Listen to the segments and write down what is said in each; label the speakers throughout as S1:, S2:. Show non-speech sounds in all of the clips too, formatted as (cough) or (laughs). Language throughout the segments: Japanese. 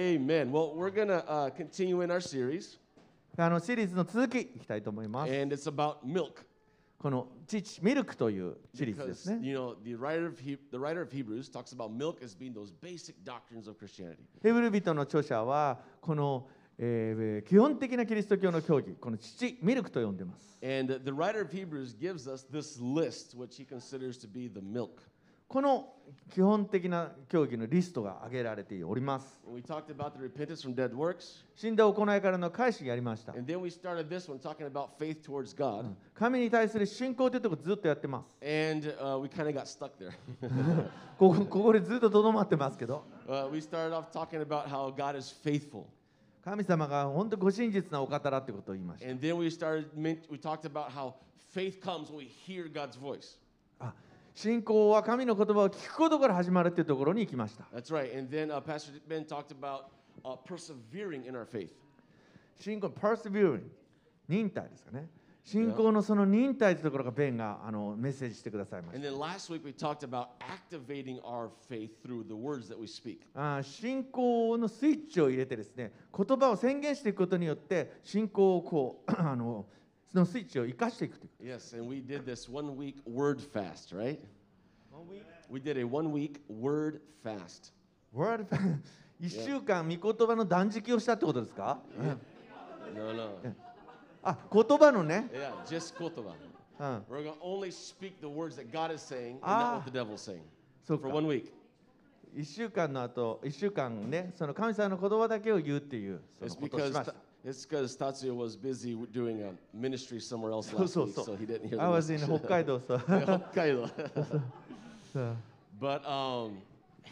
S1: Amen. Well, we're going to uh, continue in our series,
S2: あのシリーズの続きいきたいと思います。
S1: and it's about milk.
S2: この父ミルクというシリーズで
S1: Because,
S2: すね。
S1: you know, the writer, of he- the writer of Hebrews talks about milk as being those basic doctrines of Christianity.
S2: ヘブル人の著者はこの、えー基本的なキリスト教の教義、この父ミルクと呼んでます。
S1: And uh, the writer of Hebrews gives us this list, which he considers to be the milk.
S2: この基本的な教義のリストが挙げられております。
S1: We talked about the repentance from dead works,
S2: 死んだ行いからの開始やりました。
S1: and then we started this one talking about faith towards God,
S2: 神に対する信仰というところずっとやってます。
S1: and uh, we kind of got stuck there. (laughs)
S2: ここここでずっととどまってますけど、
S1: uh, we started off talking about how God is faithful.
S2: 神様が本当ご真実なお方だということを言いました。
S1: And then we started, men- we talked about how faith comes when we hear God's voice.
S2: あ信仰は神の言葉を聞くことから始まるというところに行きました。
S1: That's right. And then uh, Pastor Ben talked about uh, persevering in our faith.
S2: 信仰、persevering、忍耐ですかね。信仰のその忍耐というところがベンがあのメッセージしてくださいまし
S1: And
S2: た。
S1: then last week we talked about activating our faith through the words that we speak.
S2: あ信仰のスイッチを入れてですね、言葉を宣言していくことによって、信仰をこう (clears throat) あの、そのスイッチを生かしていくという。
S1: Yes, and we did this one week word fast, right? We did a one week word fast.
S2: Word (laughs) 1週間、御言葉の断食をしたってことですか
S1: No, no.
S2: あ言葉のね、
S1: Yeah, just kotoba.
S2: うん、
S1: We're going to only speak the words that God is saying and
S2: Ah.
S1: not what the devil's saying
S2: そう
S1: for
S2: か
S1: one week.
S2: 1週間の後1週間ねその神様の言葉だけを言うっていうそ
S1: It's
S2: のことをし
S1: because
S2: ました
S1: Ta- it's because Tatsuya was busy w- doing a ministry somewhere else
S2: (laughs) そう
S1: last
S2: そう
S1: week,
S2: そ
S1: so
S2: う
S1: he didn't hear the
S2: I was in
S1: message. (laughs)
S2: 北海道そう (laughs)
S1: Hokkaido.
S2: そう
S1: (laughs) but um,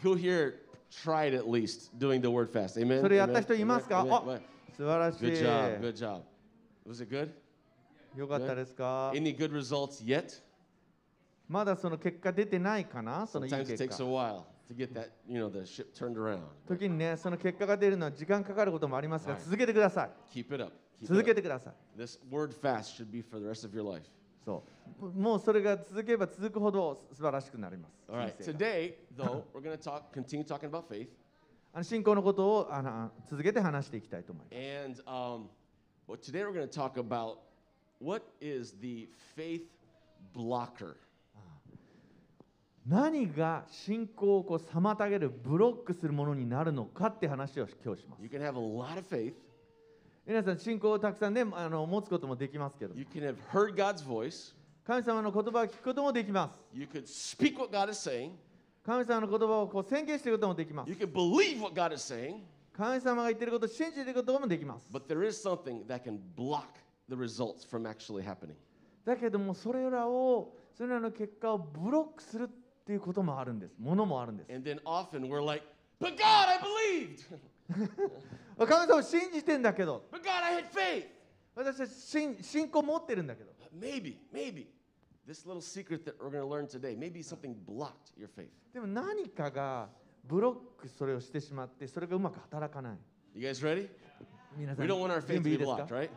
S1: who here tried at least doing the word fast? Amen.
S2: それやった
S1: Amen?
S2: 人いますか
S1: Amen?
S2: あ
S1: Amen?
S2: 素晴らし
S1: Good job. Good
S2: い
S1: job. Was it good?
S2: よかったですか
S1: Any good results yet?
S2: まだその結果出てないかなそのいい
S1: Sometimes it
S2: 結
S1: takes a
S2: 果
S1: while to get that, you know, the ship turned around.
S2: 時にねその結果が出るのは時間かかることもありますが
S1: はい
S2: 続けてください
S1: Keep it up. Keep
S2: 続
S1: it
S2: け
S1: up.
S2: てください
S1: This word fast should be for the rest of your life.
S2: そうもうそれが続けば続くほど素晴らしくなります
S1: All right.
S2: 人生が
S1: Today, though, (coughs) we're going to talk, continue talking about faith.
S2: あの信仰のことをあの続けて話していきたいと思います
S1: And um, well, today we're going to talk about what is the faith blocker.
S2: 何が信仰をこう妨げるブロックするものになるのかって話を今日します
S1: You can have a lot of faith.
S2: 皆さん信仰をたくさんねあの持つこともできますけど
S1: You can have heard God's voice.
S2: 神様の言葉を聞くこともできます
S1: You could speak what God is saying.
S2: 神様の言葉をこう宣言していくこともできます
S1: You can believe what God is saying.
S2: 神様が言っていることを信じていることもできます
S1: But there is something that can block the results from actually happening.
S2: だけどもそれらをそれらの結果をブロックするっていうこともあるんですものもあるんです
S1: And then often we're like, but God, I believed.
S2: あ神様を信じてんだけど
S1: But God, I had faith.
S2: 私は信信仰持ってるんだけど
S1: But maybe, maybe this little secret that we're going to learn today, maybe something blocked your faith.
S2: でも何かがブロックそれをしてしまってそれがうまく働かない
S1: You guys ready?
S2: 皆さ
S1: We
S2: ん
S1: don't want our
S2: 準
S1: faith
S2: 備
S1: to
S2: い
S1: be
S2: いですか
S1: blocked, right?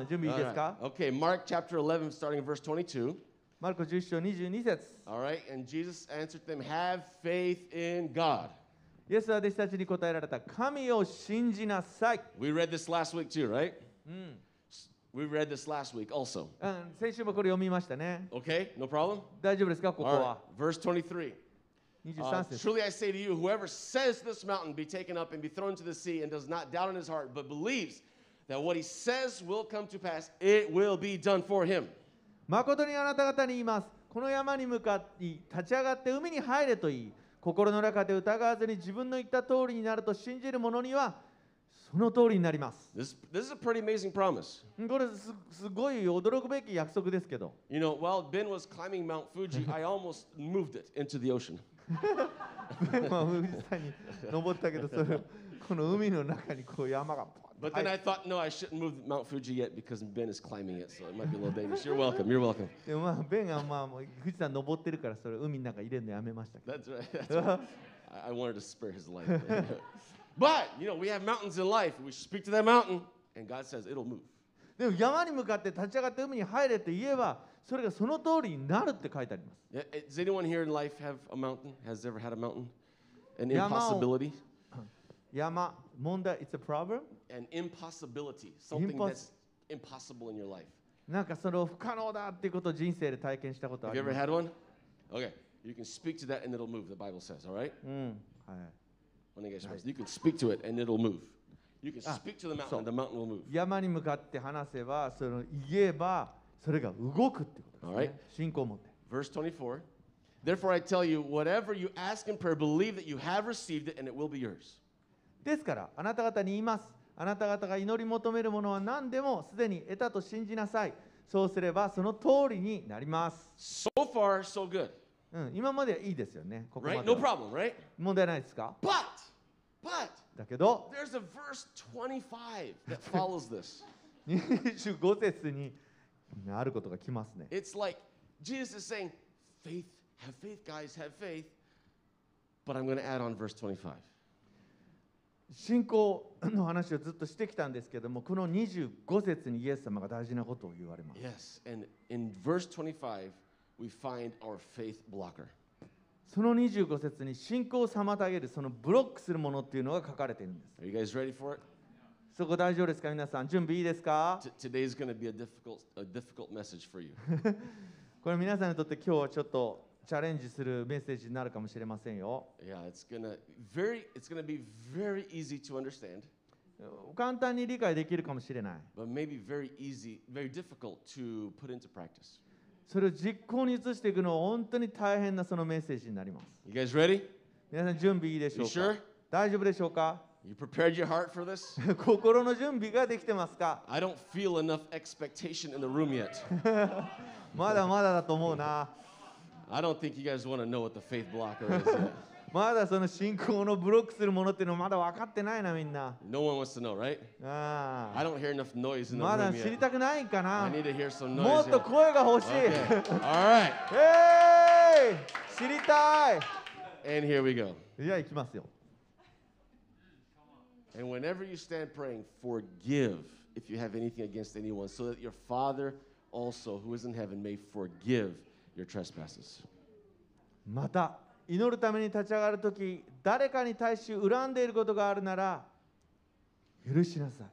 S2: うん、準備いい
S1: All
S2: ですか
S1: right. Okay, Mark chapter 11, starting in verse 22.
S2: マルコ11章22節
S1: All right, and Jesus answered them, Have faith in God.
S2: イエスは弟子たちに答えられた神を信じなさい、
S1: We read this last week too, right?
S2: うん、
S1: We read this last week also.
S2: うん先週もこれ読みましたね
S1: Okay, no problem?
S2: 大丈夫ですかここ
S1: All right,
S2: は
S1: verse 23.
S2: 23
S1: Uh,
S2: 節、
S1: Truly I say to you, whoever says this mountain be taken up and be thrown into the sea and does not doubt in his heart, but believes that what he says will come to pass, it will be done for him.
S2: 誠にあなた方に言いますこの山に向かって立ち上がって海に入れと言い心の中で疑わずに自分の言った通りになると信じる者にはその通りになります
S1: This, this is a pretty amazing promise.
S2: これすすごい驚くべき約束ですけ (laughs) ど
S1: You know, while Ben was climbing Mount Fuji, I almost moved it into the ocean.
S2: まあ富士山に登ったけどそれをこの海の中にこう山がポン
S1: But
S2: と入
S1: then
S2: っ
S1: I thought, no, I shouldn't move Mount Fuji yet because Ben is climbing it, so it might be a little dangerous. You're welcome. You're welcome.
S2: て (laughs) まあベンがまあもう富士山登ってるからそれ海の中入れるのやめましたけ
S1: That's right. That's
S2: ど
S1: right. I, I wanted to spare his life. (laughs) but you know, we have mountains in life. We speak to that mountain, and God says it'll move.
S2: でも山に向かって立ち上がって海に入れと言えばそれがその通りになるって書いてあります
S1: Yeah, eh, Does anyone here in life have a mountain? Has ever had a mountain? An
S2: Yeah, I'm out.
S1: impossibility?
S2: 山問題 it's a problem
S1: an impossibility, something
S2: Impos-
S1: that's impossible in your life.
S2: なんかその不可能だっていうことを人生で体験したことあ
S1: Have
S2: り
S1: you ever
S2: ます
S1: had one? Okay, you can speak to that and it'll move. The Bible says, all right.
S2: うんはい、
S1: お願いします You can speak to it and it'll move. You can
S2: あ
S1: speak to the mountain
S2: そう
S1: and the mountain will move.
S2: 山に向かって話せばその言えばそれが動くってことです、ね
S1: Alright.
S2: 信仰を持って
S1: Verse 24. Therefore, I tell you, whatever you ask in prayer, believe that you have received it and it will be yours.
S2: ですからあなた方に言いますあなた方が祈り求めるものは何でもすでに得たと信じなさいそうすればその通りになります、
S1: So far, so good.
S2: うん、今まではいいですよねここま
S1: Right?
S2: で
S1: No
S2: は
S1: problem, right?
S2: 問題ないですか
S1: But, but,
S2: だけど
S1: there's a verse 25 (laughs) that follows this.
S2: 25節にあることが来ますね
S1: It's like Jesus is saying, faith, have faith, guys, have faith. But I'm going to add on verse 25.
S2: 信仰の話をずっとしてきたんですけどもこの25節にイエス様が大事なことを言われます
S1: Yes, and in verse 25, we find our faith blocker.
S2: その25節に信仰を妨げるそのブロックするものっていうのが書かれているんです
S1: Are you guys ready for it?
S2: そこ大丈夫ですか皆さん準備いいですか
S1: T- today's going to be a difficult, a difficult message for you. (laughs)
S2: これ皆さんにとって今日はちょっとチャレンジするメッセージになるかもしれませんよ
S1: yeah, it's going to very, it's going to be very easy to understand,
S2: 簡単に理解できるかもしれない
S1: but maybe very easy, very difficult to put into practice.
S2: それを実行に移していくのは本当に大変なそのメッセージになります
S1: You guys ready?
S2: 皆さん準備いいでしょう
S1: You
S2: か、
S1: sure?
S2: 大丈夫でしょうか
S1: You prepared your heart for this?
S2: (laughs) 心の準備ができてますか
S1: I don't feel enough expectation in the room yet.
S2: まだまだだと思うな
S1: I don't think you guys want to know what the faith blocker is yet.
S2: まだその信仰のブロックするものっていうのまだ分かってないなみんな
S1: No one wants to know, right?
S2: あ
S1: I don't hear enough noise
S2: あ
S1: in the
S2: まだ
S1: room
S2: 知り
S1: yet.
S2: たくないんか
S1: I
S2: な
S1: need to hear some
S2: も
S1: noise.
S2: っと
S1: here.
S2: 声が欲しい
S1: Okay. All right.
S2: (laughs) えーい知りたい
S1: And here we go.
S2: いや、行きますよ。
S1: And whenever you stand praying, forgive if you have anything against anyone, so that your Father also, who is in heaven, may forgive your trespasses.
S2: また、祈るために立ち上がるとき、誰かに対し恨んでいることがあるなら、許しなさい。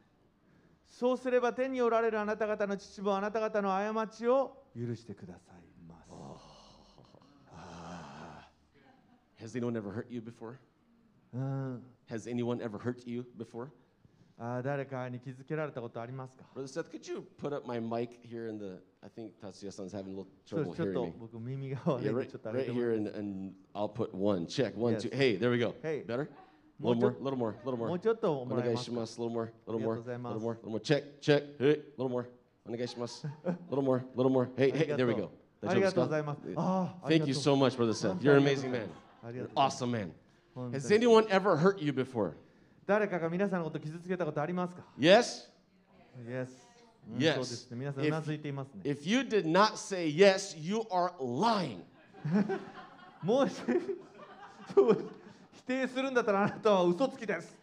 S2: そうすれば天におられるあなた方の父もあなた方の過ちを許してくださいます。
S1: Has anyone ever hurt you before?
S2: うん、
S1: Has anyone ever hurt you before?
S2: あー誰かに気づけられたことありますか
S1: Brother Seth, could you put up my mic here in the? I think Tatsuya-san's having a little
S2: そう
S1: trouble
S2: ちょっ
S1: hearing
S2: と (laughs)
S1: me.
S2: 僕耳が悪
S1: Yeah,
S2: いので
S1: right,
S2: ちょっとあれ
S1: right
S2: で
S1: here, and, and I'll put one. Check one,
S2: Yes.
S1: two. Hey, there we go.
S2: Hey.
S1: better. A
S2: もう
S1: little
S2: ちょ
S1: more, little more, little
S2: も
S1: more.
S2: うちょっともらえますか
S1: Onegaishimasu. Little more, little more, little
S2: ありがとうございます。
S1: more, little more. Check, check. Hey, little more. (laughs) Onegaishimasu. little more, little more. Hey,
S2: あり
S1: hey, there
S2: がと
S1: we
S2: う
S1: go.
S2: ありがとうござい
S1: Thank
S2: ます。あー
S1: Oh, you so much, brother Seth. You're an amazing man.
S2: あり
S1: You're
S2: が
S1: an
S2: とうございます。
S1: awesome man.
S2: 本当
S1: Has
S2: に
S1: anyone ever hurt you before?
S2: 誰かが皆さんのこと傷つけたことありますか
S1: Yes.
S2: Yes. うん
S1: Yes.
S2: そうですね。皆さん
S1: If-
S2: うなずいていますね。
S1: If you did not say yes, you are lying.
S2: もし (laughs) そう否定するんだったらあなたは嘘つきです。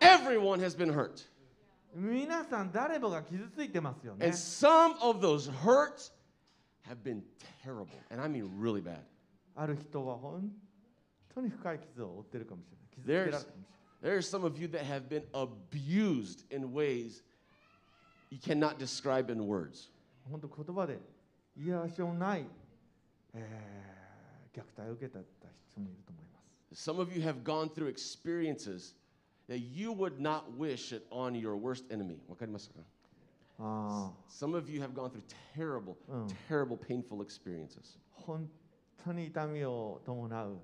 S1: Everyone has been hurt.
S2: 皆さん誰もが傷ついてますよね
S1: And。some of those hurts have been terrible. And I mean really bad.
S2: ある人は本当に深い傷を負ってるかもしれない。傷つけられ
S1: There's,
S2: るかもしれない。
S1: there are some of you that have been abused in ways you cannot describe in words.
S2: 本当言葉で言い表しのない、えー虐待を受けた人もいると思います。
S1: Some of you have gone through experiences that you would not wish it on your worst enemy. わかりますか？
S2: ああ
S1: Some of you have gone through terrible,
S2: Oh.
S1: terrible, painful experiences.
S2: 本当に痛みを伴う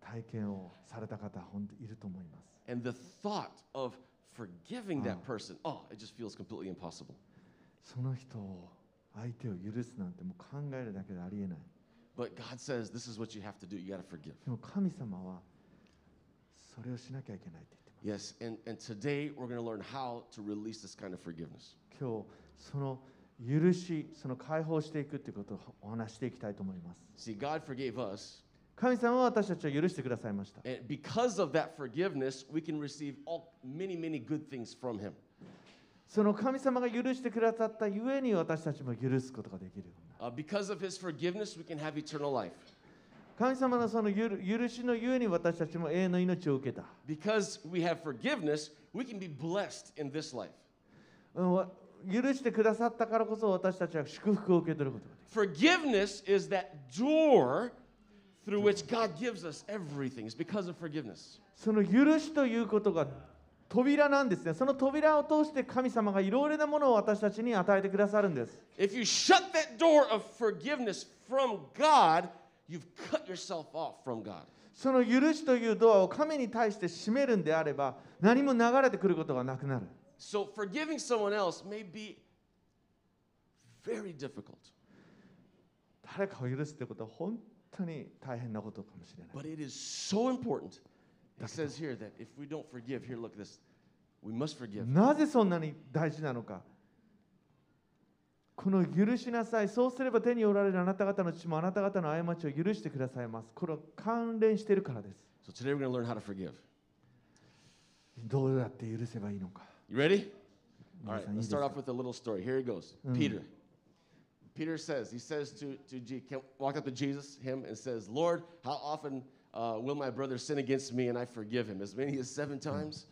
S2: 体験をされた方本当にいると思います。
S1: And the thought of forgiving that
S2: Oh.
S1: person, oh, it just feels completely impossible.
S2: その人を相手を許すなんてもう考えるだけでありえない
S1: But God says this is what you have to do. You got to forgive.
S2: でも神様はそれをしなきゃいけないって言って
S1: Yes,
S2: ま
S1: and, and today we're going to learn how to release this kind of forgiveness.
S2: す今日その許しその解放していくっていうことをお話ししていきたいと思います
S1: See, God forgave us,
S2: 神様は私たちを許してくださいました
S1: and because of that forgiveness, we can receive all many, many good things from Him.
S2: その神様が許してくださったゆえに私たちも許すことができるようになる
S1: Uh, because of His forgiveness, we can have eternal life.
S2: 神様のそのゆる許しのゆえに私たちも永遠の命を受けた。
S1: Because we have forgiveness, we can be blessed in this life.
S2: うんわ許してくださったからこそ私たちは祝福を受け取ることができる
S1: Forgiveness is that door through which God gives us everything. It's because of forgiveness.
S2: その許しということが扉なんですね。その扉を通して神様がいろいろなものを私たちに与えてくださるんです。
S1: If you shut that door of forgiveness from God, you've cut yourself off from God.
S2: その許しというドアを神に対して閉めるんであれば何も流れてくることがなくなる。
S1: So forgiving someone else may be very difficult,
S2: 誰かを許すってことは本当に大変なことかもしれない。
S1: but it is so important. It says here that if we don't forgive, here, look at this. We must forgive.
S2: なぜそんなに大事なのか。この許しなさい、そうすれば手におられるあなた方の父もあなた方の過ちを許してくださいます。これは関連しているからです。
S1: So today we're going to learn how to forgive.
S2: どうやって許せばいいのか。
S1: You ready? All
S2: 皆
S1: right,
S2: さんい
S1: let's
S2: いですか
S1: start off with a little story. Here he goes. Peter. Peter says, he says to, to Je- can- walked up to Jesus, him, and says, Lord, how often uh, will my brother sin against me and I forgive him? As many as seven times?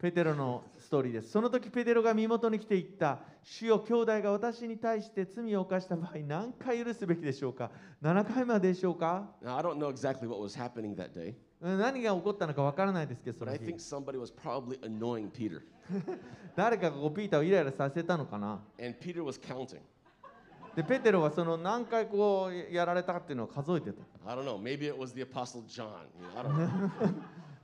S2: ペテロのストーリーです。その時ペテロが身元に来て言った、主よ兄弟が私に対して罪を犯した場合、何回許すべきでしょうか ?7 回まででしょうか
S1: Now, I don't know exactly what was happening that day,
S2: うん何が起こったのかわからないですけど、そ
S1: but
S2: の
S1: I
S2: 日
S1: think somebody was probably annoying Peter.
S2: 誰かがこうピーターをイライラさせたのかな
S1: And Peter was counting.
S2: で、ペテロはその何回こうやられたっていうのを数えてた。
S1: I don't know. Maybe it was the Apostle John. You know, I don't know.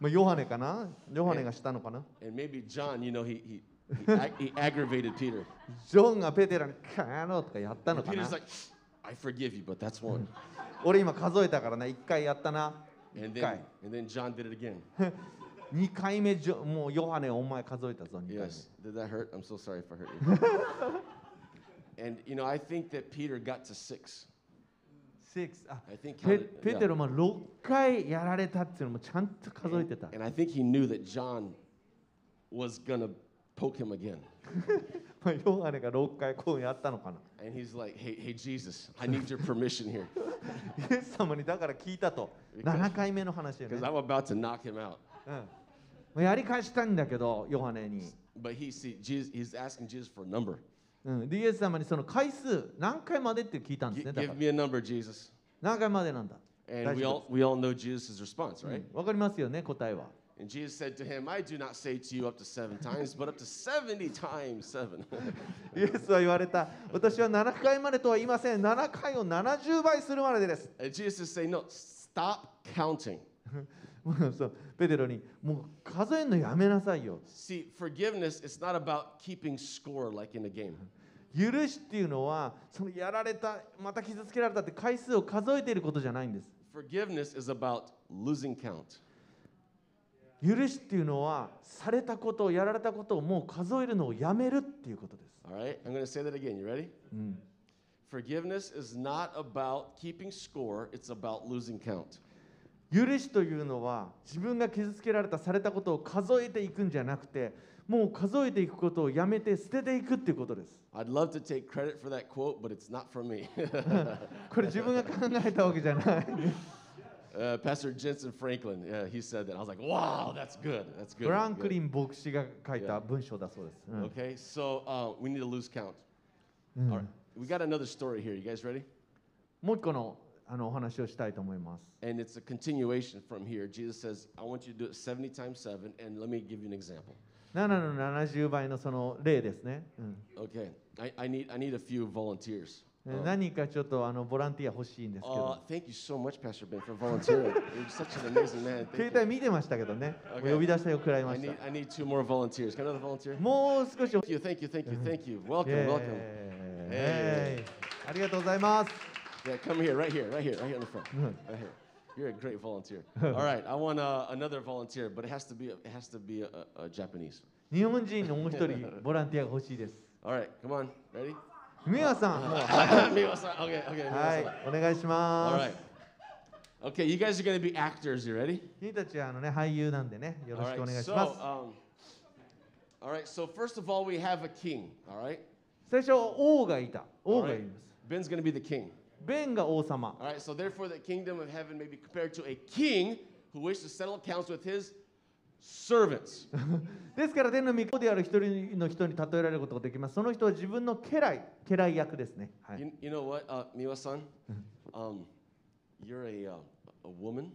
S2: まあ、ヨハネかなヨハネがしたのかな
S1: And maybe John, you know, he, he, he, ag- he aggravated Peter.
S2: ジョンがペテロに「カーロ」とかやったの
S1: And
S2: かな
S1: Peter's like, I forgive you, but that's one.
S2: 俺今数えたからな、1回やったな。
S1: And
S2: 1
S1: then,
S2: 回。
S1: and then John did it again.
S2: 2回目ジョン、もうヨハネお前数えたぞ、2回目。
S1: Yes. Did that hurt? I'm so sorry if I hurt you. and you know, I think that Peter got to six.
S2: Six あ
S1: I think
S2: ペ
S1: counted-
S2: ペテロも6回やられたっていうのもちゃんと数えてた
S1: And I think he knew that John was gonna poke him again.
S2: まあヨハネが6回こうやったのかな
S1: And he's like, Hey, hey Jesus, I need your permission here.
S2: イエス様にだから聞いたと7回目の話よね
S1: Because、I'm about to knock him out.
S2: うんまあやり返したいんだけどヨハネに、
S1: But he see Jesus he's asking Jesus for a number.
S2: うん、でイエス様にその回数何回までって聞いたんで
S1: Gi-
S2: すねだか
S1: give
S2: ら
S1: me a number, Jesus.
S2: 何回までなんだ
S1: And we all we all know Jesus' response, right?
S2: わかりますよね答えは
S1: And Jesus said to him, I do not say to you up to seven times, but up to seventy (laughs) times seven.
S2: (laughs) イエスは言われた私は7回までとは言いません7回を70倍するまでです
S1: And Jesus is saying, No, stop counting.
S2: もう (laughs) そうペテロにもう数えるのやめなさいよ
S1: See, forgiveness is not about keeping score like in a game.
S2: 許しっていうのはそのやられたまた傷つけられたって回数を数えていることじゃないんです
S1: Forgiveness is about losing count.
S2: 許しっていうのはされたことをやられたことをもう数えるのをやめるっていうことです、
S1: All right? I'm going to say that again. You ready?
S2: うん、
S1: Forgiveness is not about keeping score, it's about losing count.
S2: 許しというのは自分が傷つけられたされたことを数えていくんじゃなくてもう数えていくことをやめて捨てていくっていうことです
S1: I'd love to take credit for that quote, but it's not from me.
S2: これ自分が考えたわけじゃ (laughs) ない
S1: uh, Pastor Jensen Franklin, yeah, he said that. I was like, wow, that's good. That's good.
S2: フラン
S1: good.
S2: クリン牧師が書いた文章だそうです、うん
S1: Okay, so uh, we need to lose count. All right. We got another story here. You guys ready?
S2: もう一個のあのお話をしたいと思います
S1: And it's a continuation from here. Jesus says, I want you to do it 70 times 7, and let me give you an example.
S2: 7の70倍のその例ですね、うん、
S1: Okay, I, I, need, I need a few volunteers. Um,
S2: え何かちょっとあのボランティア欲しいんですけ
S1: Uh,
S2: ど、
S1: thank you so much, Pastor Ben, for volunteering. You're such an amazing man. Thank
S2: 携帯
S1: you.
S2: 見てましたけどね、
S1: Okay.
S2: もう呼び出しを食らいま
S1: I
S2: し
S1: need,
S2: た。
S1: I need two more volunteers. Can another volunteer?
S2: もう少し、
S1: Thank you, thank you, thank you, thank you.
S2: イ
S1: Welcome,
S2: エーイ
S1: welcome.
S2: えいありがとうございます。
S1: Yeah, come here, right here, right here, right here in the front. Right here. You're a great volunteer. All right, I want uh, another volunteer, but it has to be it has to be a, a, a Japanese.
S2: 日本人のもう一
S1: (laughs)
S2: 人ボランティアが欲しいです。
S1: All right, come on, ready? (laughs)
S2: ミワさん、もう
S1: Miwa-san. Okay, okay.
S2: は
S1: Miwa-san.
S2: い、お願いし
S1: All
S2: ま
S1: right.
S2: す。
S1: Okay, you guys are going to be actors. You ready?
S2: 君たちはあのね俳優なんでね、よろしくお願いし
S1: So,
S2: ます。
S1: um, all right. So first of all, we have a king. All right.
S2: 最初王がいた、王がいます。
S1: Ben's going to be the king.
S2: 弁が王様
S1: All right, so therefore, the kingdom of heaven may be compared to a king who wished to settle accounts with his servants.
S2: ですから天の御子である一人の人に例えられることができますその人は自分の家来家来役ですね、はい
S1: You, you know what, uh, Miwa san? Um, you're a, uh, a woman,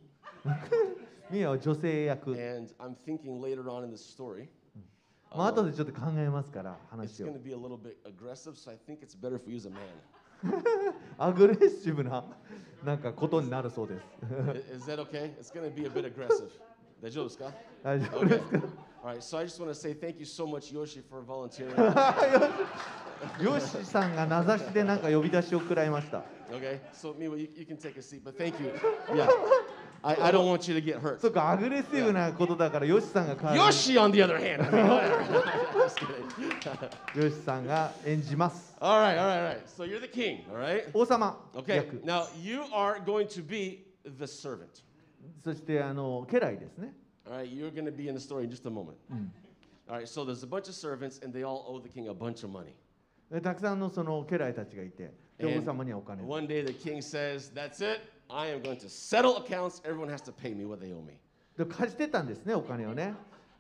S2: ミアは女性役
S1: and I'm thinking later on in the story,
S2: まあ後でちょっと考えますから
S1: it's
S2: 話
S1: going
S2: を
S1: to be a little bit aggressive, so I think it's better if we use a man.
S2: アグレッシブななんかことになるそうです
S1: I- Is that okay? It's going to be a bit aggressive. 大丈夫ですか?
S2: 大丈夫
S1: Okay.
S2: ですか
S1: All right, so I just want to say thank you so much, Yoshi, for volunteering.
S2: よしさんが名指しでなんか呼び出しを食らいました
S1: Okay, so Miwa, you, you can take a seat, but thank you. Yeah, I, I don't want you to get hurt.
S2: そうかアグレッシブなことだからよしさんが代わりに
S1: Yoshi, on the other hand, (laughs) I mean, whatever. Just kidding. (laughs)
S2: よしさんが演じます
S1: All right, all right, all right. So you're the king, all right?
S2: 王様
S1: Okay,
S2: 役
S1: now you are going to be the servant.
S2: そしてあの家来ですね
S1: All right, you're going to be in the story in just a moment. All right, so there's a bunch of servants, and they all owe the king a bunch of money.
S2: でたくさんのその家来たちがいてで
S1: And
S2: 王様にはお金を
S1: One day the king says, That's it. I am going to settle accounts. Everyone has to pay me what they owe me.
S2: で貸してたんですねお金をね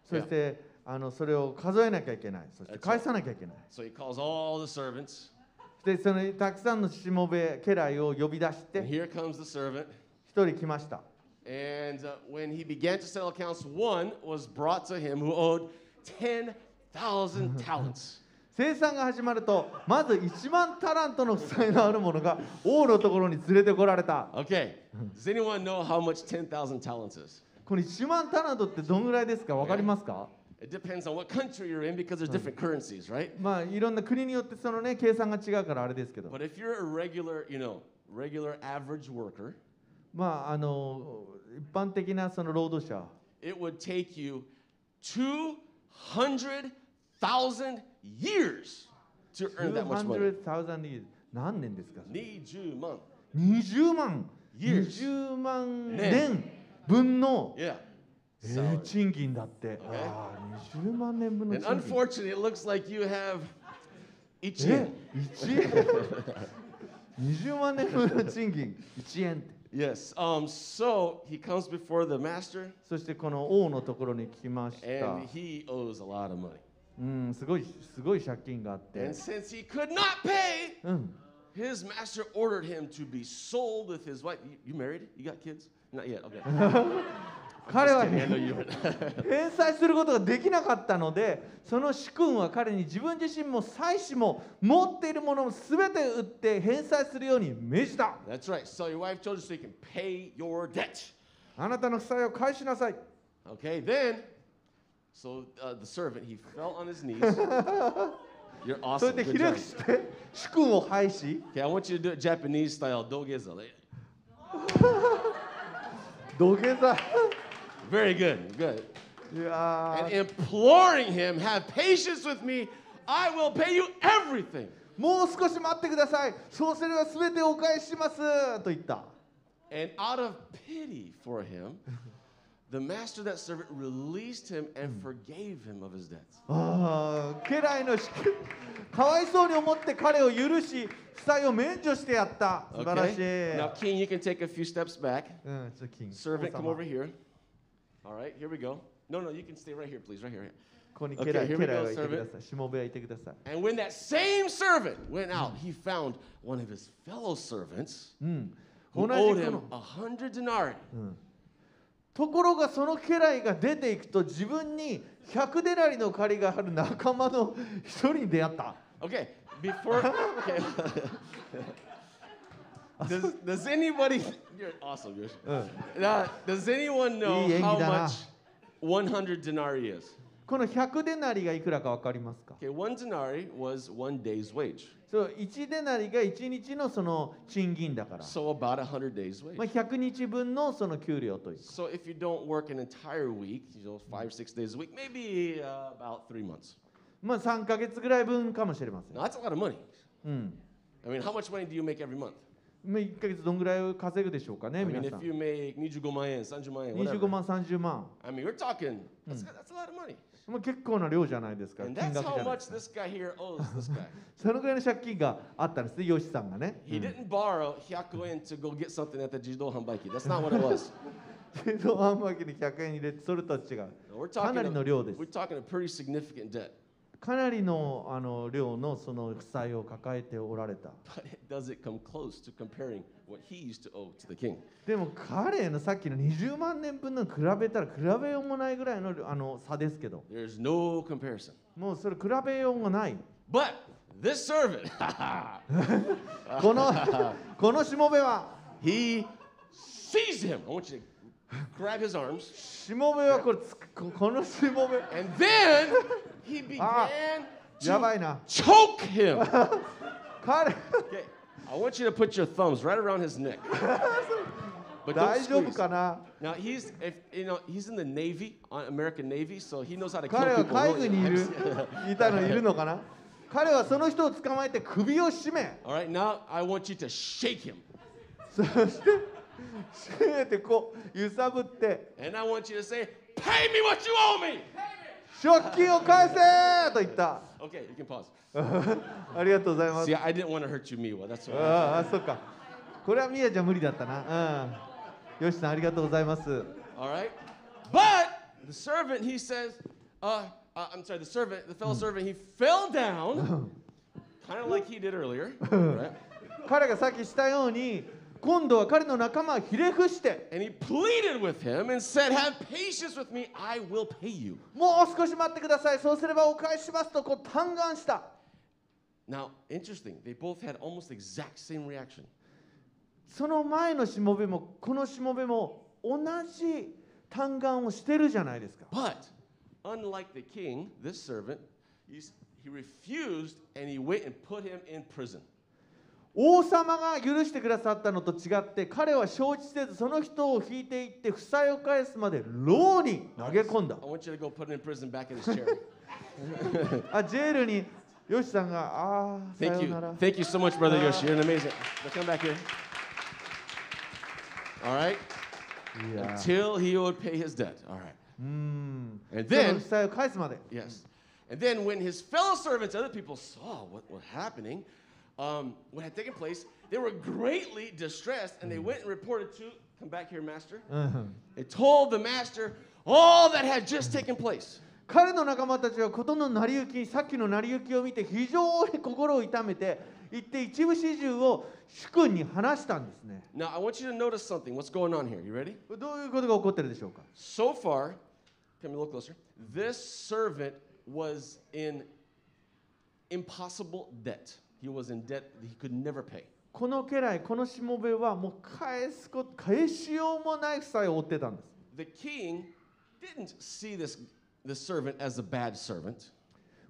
S2: そしてあのそれを数えなきゃいけないそして返さなきゃいけない
S1: So he calls all the servants.
S2: でそのたくさんのしもべ家来を呼び出して
S1: And here comes the servant.
S2: 一人来ました
S1: And uh, when he began to settle accounts, one was brought to him who owed 10,000 talents.
S2: 生産が始まるとまず1万タラントの負債のあるものが王のところに連れてこられた
S1: Okay, does anyone know how much 10,000 talents is?
S2: この1万タラントってどんぐらいですか分かりますか
S1: It depends on what country you're in because there's different currencies, right?
S2: まあいろんな国によってそのね計算が違うからあれですけど
S1: But if you're a regular, you know, regular average worker,
S2: まああの一般的なその労働者
S1: it would take you 200,000 years to earn that much money.
S2: 200,000リーズ何年ですかそれ
S1: Niju month.
S2: 20万
S1: Years
S2: 20万
S1: 年
S2: 年分の、
S1: Yeah.
S2: えー
S1: Salary.
S2: 賃金だって、
S1: Okay.
S2: ああ20万年分の
S1: And
S2: 賃金
S1: unfortunately, it looks like you have 1
S2: え
S1: yen.
S2: 1円20万年分の賃金1円って
S1: Yes. Um, so he comes before the master
S2: そしてこの王のところに来ました、
S1: and he owes a lot of money.
S2: うん、すごいすごい借金があって、
S1: And since he could not pay,
S2: うん、
S1: his master ordered him to be sold with his wife. You, you married? You got kids? Not yet. (laughs) Okay. I'm just
S2: 彼は
S1: kidding. I know you weren't.
S2: 返済することができなかったのでその主君は彼に自分自身も妻子も持っているものを全て売って返済するように命じた
S1: (laughs) That's right. Sell your wife, children, so you can pay your debt.
S2: あなたの負債を返しなさい
S1: Okay. Then, so uh, the servant he fell on his (laughs) knees. You're
S2: それ
S1: awesome.
S2: で
S1: Good
S2: ひれ
S1: job.
S2: くして主君を廃し
S1: Okay, I want you to do it Japanese style. Dogeza.
S2: 土下座
S1: Very good. Good.
S2: いや
S1: and
S2: ー
S1: imploring him, Have patience with me, I will pay you everything.
S2: もう少し待ってくださいそうすれば全てお返ししますと言った
S1: And out of pity for him, the master of that servant released him and forgave him of his debts.
S2: ああ家来の主君かわいそうに思って彼を許し負債を免除してやった素晴らしい、
S1: Now, King, you can take a few steps back.
S2: うん、ちょっと金
S1: Servant,
S2: 王
S1: come
S2: 様
S1: over here. All right, here we go. No, no, you can stay right here, please, right here.
S2: ここに
S1: Okay,
S2: 家来
S1: here
S2: 家
S1: we
S2: 来
S1: go,
S2: はいてくだ
S1: servant.
S2: さい。しもべはいてください。
S1: And when that same servant went out, he found one of his fellow servants
S2: うん。同
S1: who
S2: じ
S1: owed him
S2: この
S1: a hundred denarii.
S2: ところがその家来が出ていくと自分に100デナリの借りがある仲間の一人に出会った。
S1: Okay, before. Okay. does, does anybody. (laughs) You're awesome, Yosh. Uh, does anyone know
S2: 이
S1: how
S2: 얘기잖아.
S1: much 100 denarii is?
S2: この100デナリがいくらか分かりますか
S1: Okay, one denarii was one day's wage.
S2: そう1デナリが1日のその賃金だから、
S1: So about 100 days'
S2: まあ、
S1: wage.
S2: 100日分のその給料という
S1: So if you don't work an entire week, you know, five, six days a week, maybe uh, about three months.
S2: まあ3ヶ月ぐらい分かもしれません
S1: Now, that's a lot of money.
S2: うん、
S1: I mean, how much money do you make every month?
S2: まあ、1ヶ月どんぐらい稼ぐでしょうか
S1: I
S2: ね
S1: mean,
S2: 皆
S1: if
S2: さん
S1: you make 25万円,30万円,
S2: 25
S1: whatever.
S2: 万30万
S1: I mean, we're talking, that's, that's a lot of money.
S2: もう結構な量じゃないですか。金
S1: And that's
S2: 額じゃ
S1: how
S2: ない
S1: much this guy here owes this guy.
S2: そのぐらいの借金があったんですね、ヨシさんがね。
S1: He didn't borrow hyakuyen to go get something at the Jido Hambaki. That's not what it was.
S2: 自動販売機に100円入れて、それとは違う。
S1: No, We're
S2: か
S1: talking,
S2: なりの
S1: a,
S2: 量です。
S1: we're talking a pretty significant debt, (laughs)
S2: かなりのあの量のその負債を抱えておられた。
S1: but it doesn't come close to comparing what he used to owe to the king.
S2: でも彼のさっきの20万年分の比べたら比べようもないぐらいのあの差ですけど、
S1: There's no comparison.
S2: もうそれ比べようもない。
S1: But this servant, (laughs)
S2: このこのしもべは、
S1: he seized him. I want you to grab his arms.
S2: しもべはこれつくここのしもべ、
S1: And then he began
S2: やば
S1: to
S2: いな。
S1: choke him.
S2: 彼
S1: Okay, I want you to put your thumbs right around his neck. But
S2: 大
S1: don't
S2: 丈夫
S1: squeeze.
S2: かな
S1: Now he's if you know he's in the Navy, uh, American Navy, so he knows how to
S2: 彼
S1: kill
S2: は
S1: people.
S2: 海軍にい
S1: really
S2: る
S1: (laughs) fast.
S2: いたのいるのかな彼はその人を捕まえて首を絞め
S1: All right, now I want you to shake him,
S2: そして絞めてこう揺さぶって
S1: and I want you to say, "Pay me what you owe me."
S2: 食金を返せーと言った (laughs)
S1: Okay, you can pause.
S2: ありがとうございます
S1: See, I didn't want to hurt you, Miwa. That's
S2: あ
S1: why.
S2: ああそっかこれはミヤじゃ無理だったなうんよしさんありがとうございます
S1: All right, but the servant he says, uh, uh, "I'm sorry." The servant, the fellow servant, he fell down, kind of like he did earlier, right?
S2: 彼がさっきしたように今度は彼の仲間はひれ伏して
S1: And he pleaded with him and said, "Have patience with me. I will pay you."
S2: もう少し待ってくださいそうすればお返ししますとこう嘆願した
S1: Now, interesting. They both had almost the exact same reaction.
S2: その前のしもべもこのしもべも同じ嘆願をしてるじゃないですか
S1: But unlike the king, this servant, he, he refused and he went and put him in prison.
S2: 王様が許してくださったのと違って彼は承知せずその人を引いていって負債を返すまで牢に投げ込んだ
S1: I want you to go put him in prison back in his chair.
S2: あジェールにヨシさんがああさ
S1: Thank
S2: ような
S1: you.
S2: ら
S1: Thank you so much, Brother Yoshi. You're an amazing. Now come back here. All right.
S2: いや
S1: Till he would pay his debt. All right.
S2: うーん
S1: And
S2: そ
S1: then,
S2: の負債を返すまで
S1: yes. And then when his fellow servants, other people saw what was happening, um, what had taken place, they were greatly distressed and they went and reported to, come back here, Master.
S2: うん、
S1: and told the master all that had just taken place.
S2: 彼の仲間たちは事の成り行きさっきの成り行きを見て非常に心を痛めて行って一部始終を主君に話したんですね
S1: Now, I want you to notice something. What's going on here? You ready?
S2: どういうことが起こってるでしょうか
S1: So far, come a little closer. This servant was in impossible debt. He was in debt that he could never pay.
S2: この家来このしもべはもう返すこと返しようもない負債を負ってたんです
S1: The king didn't see this, this servant as a bad servant.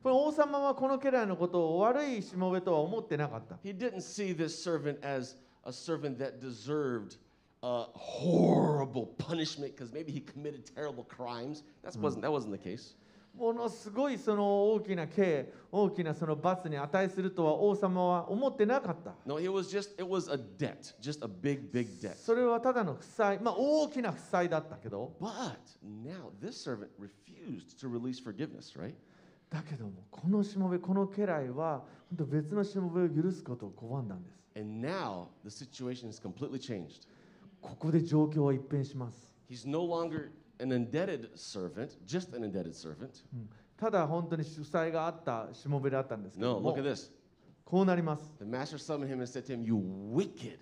S2: これ王様はこの家来のことを悪いしもべとは思ってなかった
S1: He didn't see this servant as a servant that deserved uh, horrible punishment because maybe he committed terrible crimes. That wasn't, that wasn't the case.
S2: ものすごいその大きな刑大きなその罰に値するとは王様は思ってなかった
S1: No, it was just it was a debt, just a big, big debt.
S2: それはただの負債まあ大きな負債だったけど
S1: But now this servant refused to release forgiveness, right?
S2: だけどもこのしもべこの家来は本当別のしもべを許すことを拒んだんです
S1: And now the situation has completely changed.
S2: ここで状況は一変します
S1: He's no longer an indebted servant, just an indebted servant.
S2: うんただ本当に主催があったしもべだったんですけ
S1: No,
S2: ども
S1: look at this.
S2: こうなります
S1: The master summoned him and said to him, "You wicked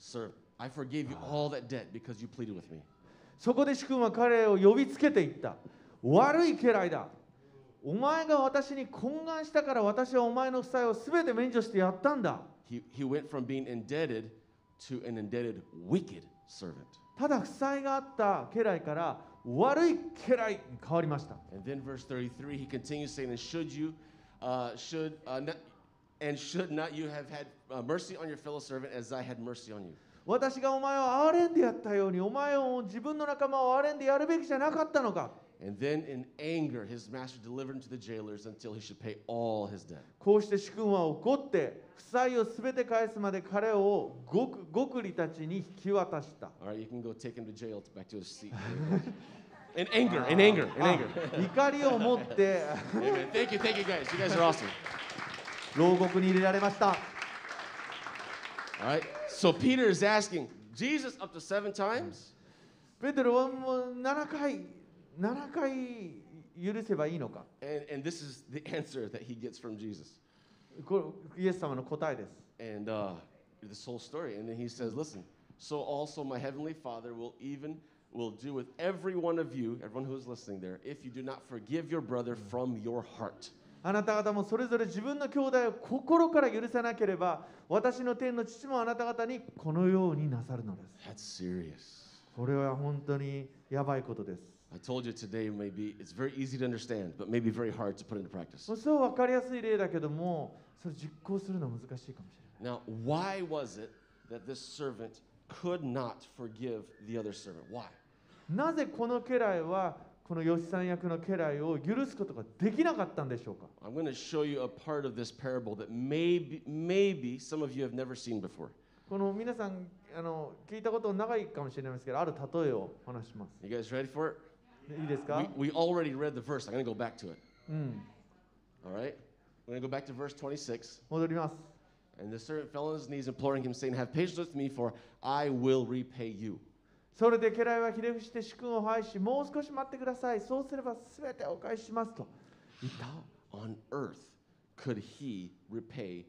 S1: servant, I forgave you all that debt because you pleaded with me."
S2: そこで主君は彼を呼びつけていった悪い家来だお前が私に懇願したから私はお前の負債を全て免除してやったんだ
S1: He, he went from being indebted to an indebted wicked servant.
S2: ただ負債があった家来から悪い家来に変わりました
S1: And then verse 33, he continues saying, And should you, uh, should, uh, not, and should not you have had uh, mercy on your fellow servant as I had mercy on you?
S2: 私がお前を憐れんでやったようにお前を自分の仲間を憐れんでやるべきじゃなかったのか
S1: And then in anger, his master delivered him to the jailers until he should pay all his debt.
S2: こうして主君は怒って負債を全て返すまで彼をごくごくりたちに引き渡した
S1: All right, you can go take him to jail, back to his seat. (laughs) In anger, in anger, in
S2: あ
S1: anger.
S2: 怒りを持って (laughs)
S1: Amen. Thank you, thank you guys. You guys are awesome.
S2: 牢獄に入れられました
S1: All right. So Peter is asking Jesus up to seven times.
S2: ペテロはもう7回7回許せばいいのか
S1: And, and this is the (laughs) answer that he gets from Jesus.
S2: これイエス様の答えです
S1: And uh, this whole story. And then he says, Listen, so also my heavenly Father will even will do with every one of you, everyone who is listening there, if you do not forgive your brother from your heart.
S2: あなた方もそれぞれ自分の兄弟を心から許さなければ私の天の父もあなた方にこのようになさるのです
S1: That's serious.
S2: これは本当にやばいことです
S1: I told you today maybe it's very easy to understand, but maybe very hard to put into practice.
S2: もうそう分かりやすい例だけどもそれ実行するのは難しいかもしれない
S1: Now, why was it that this servant could not forgive the other servant? Why?
S2: なぜこの家来はこの吉さん役の家来を許すことができなかったんでしょうか
S1: I'm going to show you a part of this parable that maybe, maybe some of you have never seen before.
S2: この皆さんあの聞いたこと長いかもしれないですけどある例えをお話しします
S1: You guys ready for it?
S2: いいですか
S1: We, we already read the verse. I'm going to go back to it.
S2: うん、
S1: All right? We're going to go back to verse 26.
S2: 戻ります
S1: And the servant fell on his knees, imploring him, saying, Have patience with me, for I will repay you.
S2: それで家来はひれ伏して主君を拝しもう少し待ってくださいそうすれば全てお返ししますと
S1: How on earth could he repay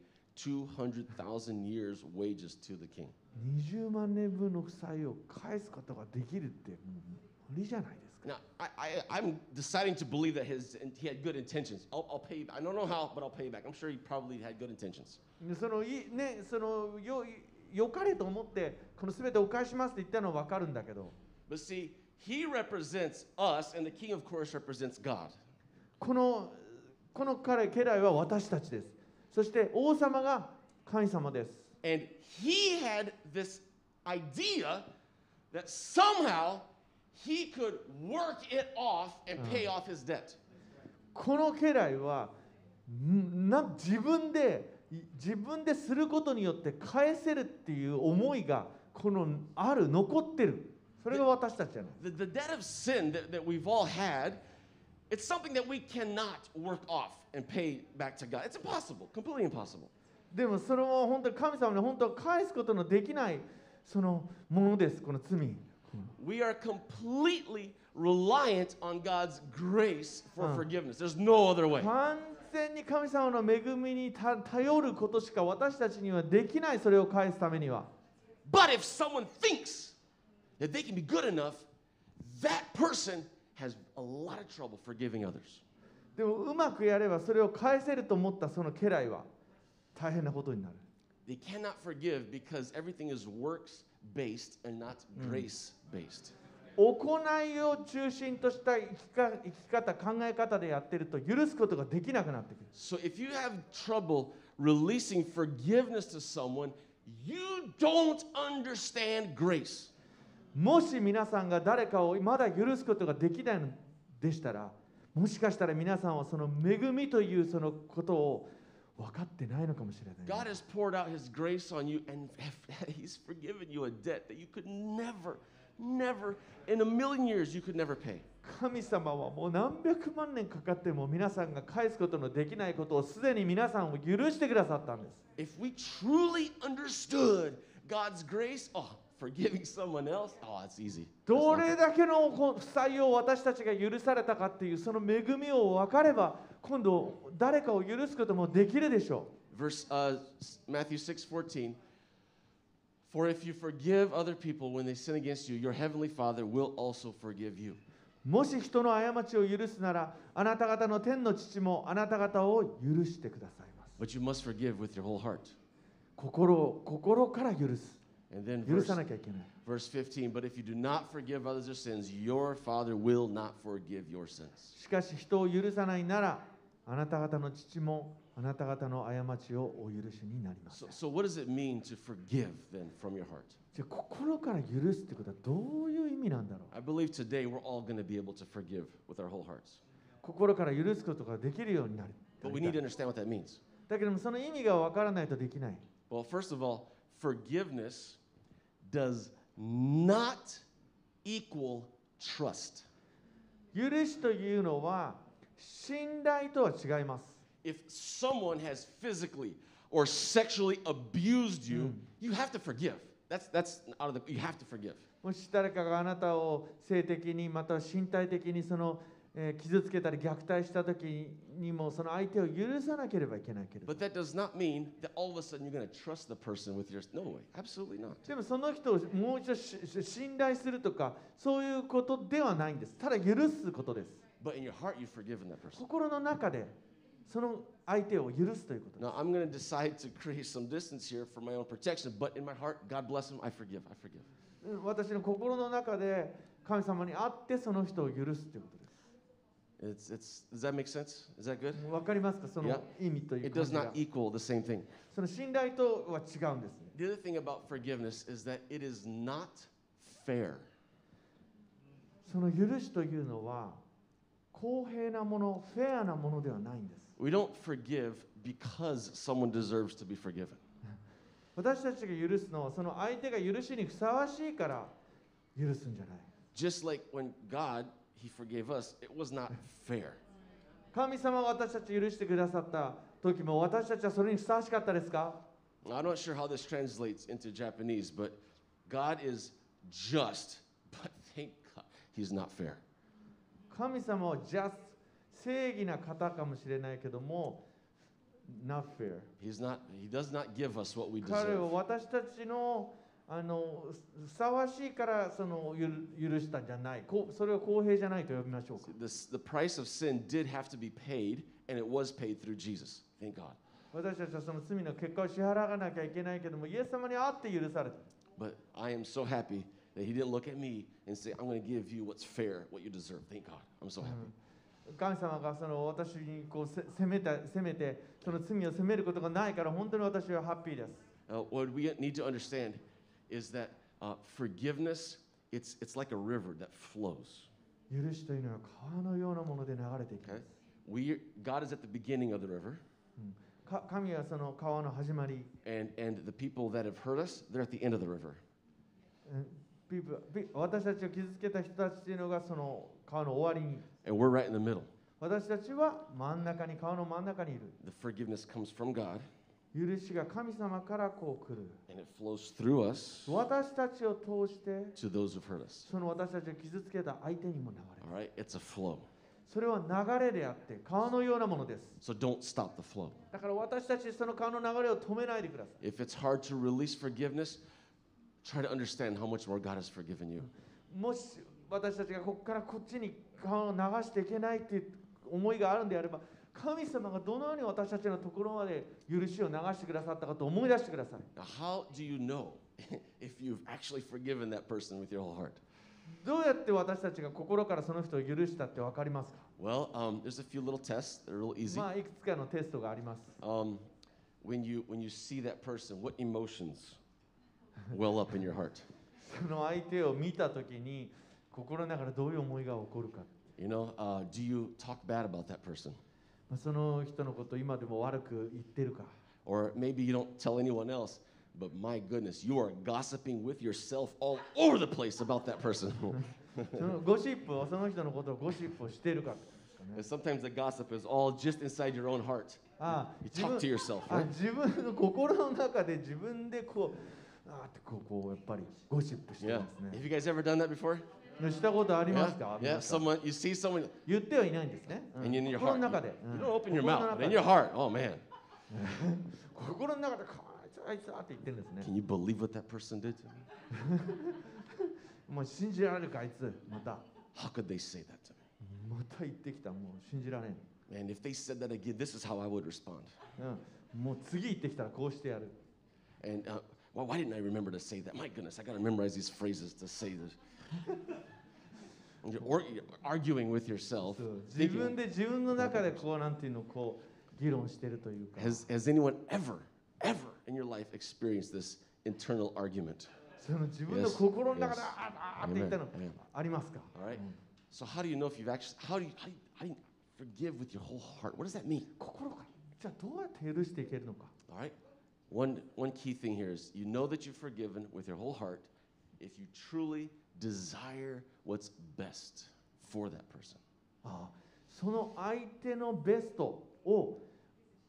S1: 200,000 years' wages to the king?
S2: 20万年分の負債を返すことができるってもう無理じゃないですか
S1: Now, I, I, I'm deciding to believe that his, and he had good intentions. I'll, I'll pay you back. I don't know how, but I'll pay you back. I'm sure he probably had good intentions.
S2: でそのいねそのよよかれと思ってこの全てお返しますって言ったのは分かるんだけど
S1: But see, he represents us, and the king, of course, represents God.
S2: このこの彼家来は私たちですそして王様が神様です
S1: And he had this idea that somehow he could work it off and pay off his debt.
S2: この家来はんな自分でい自分ですることによって返せるっていう思いがこのある残ってるそれが私たちじゃない
S1: The, the debt of sin that, that we've all had, it's something that we cannot work off and pay back to God. It's impossible, completely impossible.
S2: でもそれも本当に神様に本当は返すことのできないそのものですこの罪
S1: We are completely reliant on God's grace for
S2: Huh.
S1: forgiveness. There's no other way.
S2: 完全に神様の恵みにた頼ることしか私たちにはできないそれを返すためには
S1: But if someone thinks that they can be good enough, that person has a lot of trouble forgiving others.
S2: でもうまくやればそれを返せると思ったその家来は大変なことになる
S1: They cannot forgive because everything is works based and not grace based.
S2: 行いを中心とした生きか生き方考え方でやってると許すことができなくなってくる
S1: So if you have trouble releasing forgiveness to someone, you don't understand grace.
S2: もし皆さんが誰かをまだ許すことができないのでしたらもしかしたら皆さんはその恵みというそのことを分かってないのかもしれない
S1: God has poured out his grace on you and (laughs) he's forgiven you a debt that you could never, never, in a million years, you could never pay.
S2: 神様はもう何百万年かかっても皆さんが返すことのできないことをすでに皆さんを許してくださったんです
S1: If we truly understood God's grace, oh, forgiving someone else, oh, it's easy. That's
S2: ど
S1: not
S2: れ
S1: bad.
S2: だけのこう負債を私たちが許されたかっていうその恵みを分かれば今度誰かを許すこともできるでしょ
S1: Verse uh, s- Matthew 6 14. For if you forgive other people when they sin against you, your heavenly Father will also forgive you.
S2: うもし人の過ちを許すならあなた方の天の父もあなた方を許してくださいます
S1: But you must forgive with your whole heart.
S2: 心を心から許す
S1: And then
S2: 許
S1: verse,
S2: さなきゃいけない
S1: verse 15. But if you do not forgive others their sins, your Father will not forgive your sins.
S2: しかし人を許さないならあなた方の父もあなた方の過ちをお許しになります
S1: So, so what does it mean to forgive then from your heart?
S2: じゃあ心から許すってことはどういう意味なんだろう
S1: I believe today we're all going to be able to forgive with our whole hearts.
S2: 心から許すことができるようになる
S1: But we need to understand what that means.
S2: だけどもその意味がわからないとできない
S1: Well, first of all, forgiveness does not equal trust.
S2: 許しというのは信頼とは違います
S1: If someone has physically or sexually abused you, you have to forgive. That's that's out of the you have to forgive.
S2: もし誰かがあなたを性的にまたは身体的にその、えー傷つけたり虐待した時にもその相手を許さなければいけないけれど
S1: But that does not mean that all of a sudden you're going to trust the person with your no way. Absolutely not.
S2: でもその人をもう一度しし信頼するとかそういうことではないんですただ許すことです
S1: But in your heart you've forgiven that person.
S2: 心の中でその相手を許すということです
S1: Now I'm going to decide to create some distance here for my own protection, but in my heart, God bless him, I forgive. I forgive.
S2: 私の心の中で神様に会ってその人を許すということです
S1: It's it's does that make sense? Is that good?
S2: わかりますかその意味という
S1: It
S2: 感
S1: does
S2: じが
S1: not equal the same thing.
S2: その信頼とは違うんですね
S1: The other thing about forgiveness is that it is not fair.
S2: その許しというのは公平なものフェアなものではないんです
S1: We don't forgive because someone deserves to be forgiven.
S2: 私たちが許すのはその相手が許しにふさわしいから許すんじゃない
S1: Just like when God, He forgave us, it was not fair.
S2: 神様が私たち許してくださった時も私たちはそれにふさわしかったですか
S1: I'm not sure how this translates into Japanese, but God is just, but thank God He's not fair.
S2: 神様は just 正義な方かもしれないけども not fair
S1: He's not, He does not give us what we
S2: 彼
S1: deserve.
S2: は私たちのあのふふさわしいからそのゆる許したんじゃないこうそれを公平じゃないと呼びましょうか
S1: This, the price of sin did have to be paid, and it was paid through Jesus. Thank God.
S2: 私たちはその罪の結果を支払わなきゃいけないけどもイエス様に会って許された
S1: But I am so happy that He didn't look at me and say, I'm going to give you what's fair, what you deserve. Thank God. I'm so
S2: Mm.
S1: happy.
S2: 神様がその私にこうせ責めた責めてその罪を責めることがないから本当に私はハッピーです
S1: Uh, what we need to understand is that uh, forgiveness, it's, it's like a river that flows.
S2: 許しというのは川のようなもので流れていきま
S1: Okay?
S2: す、
S1: We, God is at the beginning of the river,
S2: か神はその川の始まり
S1: and, and the people that have hurt us, they're at the end of the river.
S2: うんピープピ私たちを傷つけた人たちというのがその川の終わりに
S1: And we're right in the middle.
S2: 私たちは真ん中に川の真ん中にいる
S1: The forgiveness comes from God,
S2: 許しが神様からこう来る
S1: and it flows through us
S2: 私たちを通して
S1: to those who've hurt us.
S2: その私たちを傷つけた相手にも流れ
S1: All
S2: る
S1: right? It's a flow.
S2: それは流れであって川のようなものです
S1: So don't stop the flow.
S2: だから私たちその川の流れを止めないでくださ
S1: If it's hard to release forgiveness, try to understand how much more God has forgiven you.
S2: いもし私たちがここからこっちに川を流していけないっていう思いがあるんであれば神様がどのように私たちのところまで許しを流してくださったかと思い出してください
S1: Now, how do you know (laughs) if you've actually forgiven that person with your whole heart?
S2: どうやって私たちが心からその人を許したって分かりますか
S1: Well, um, there's a few little tests. They're real easy.
S2: まあいくつかのテストがあります
S1: Um, when you when you see that person, what emotions well up in your heart?
S2: その相手を見た時に心の中でどういう思いが起こるか
S1: You know, uh, do you talk bad about that person,
S2: まあその人のこと今でも悪く言ってるか
S1: or maybe you don't tell anyone else? But my goodness, you are gossiping with yourself all over the place about that person. (laughs)
S2: そのゴシップをその人のことをゴシップをしてるかってことですかね
S1: and sometimes the gossip is all just inside your own heart.
S2: ああ
S1: You
S2: 自
S1: talk to
S2: 分
S1: yourself,
S2: あ
S1: right?
S2: 自分の心の中で自分でこうああってこうこうやっぱりゴシップして
S1: Yeah.
S2: ますね
S1: Have you guys ever done that before?
S2: したことありま
S1: Yeah.
S2: すか、
S1: yeah.
S2: 皆さん
S1: Someone you see someone
S2: 言ってはいないんですね、うん
S1: and in your
S2: 心
S1: heart.
S2: の
S1: You,
S2: 中で、うん
S1: you don't open your
S2: 心
S1: mouth,
S2: の
S1: but
S2: 中
S1: in
S2: で
S1: your heart. Oh man.
S2: 心の中でこいつあいつあって言ってるんですね
S1: Can you believe what that person did to me?
S2: もう信じられるかあいつまた
S1: How could they say that to
S2: また言ってきたもう信じられん、
S1: me? Man, if they said that again, this is how I would respond.
S2: うん、もう次言ってきたらこうしてやる
S1: And uh, why, why didn't I remember to say that? My goodness, I got to memorize these phrases to say this. And you're, or, you're arguing with yourself.
S2: そう自
S1: thinking,
S2: 分で自分の中でこうなんていうのこう議論してるというか
S1: has, has anyone ever, ever in your life experienced this internal argument?
S2: その自分の
S1: Yes,
S2: 心の中で
S1: yes.
S2: あああって言ったの
S1: Amen, Mm. amen.
S2: ありますか
S1: All right? So, how do you know if you've actually, how do you, how do you, how do you forgive with your whole heart? What does that mean?
S2: 心からじゃあどうやって許していけるのか
S1: All right? One, one key thing here is you know that you've forgiven with your whole heart if you truly desire what's best for that person.
S2: ああその相手のベストを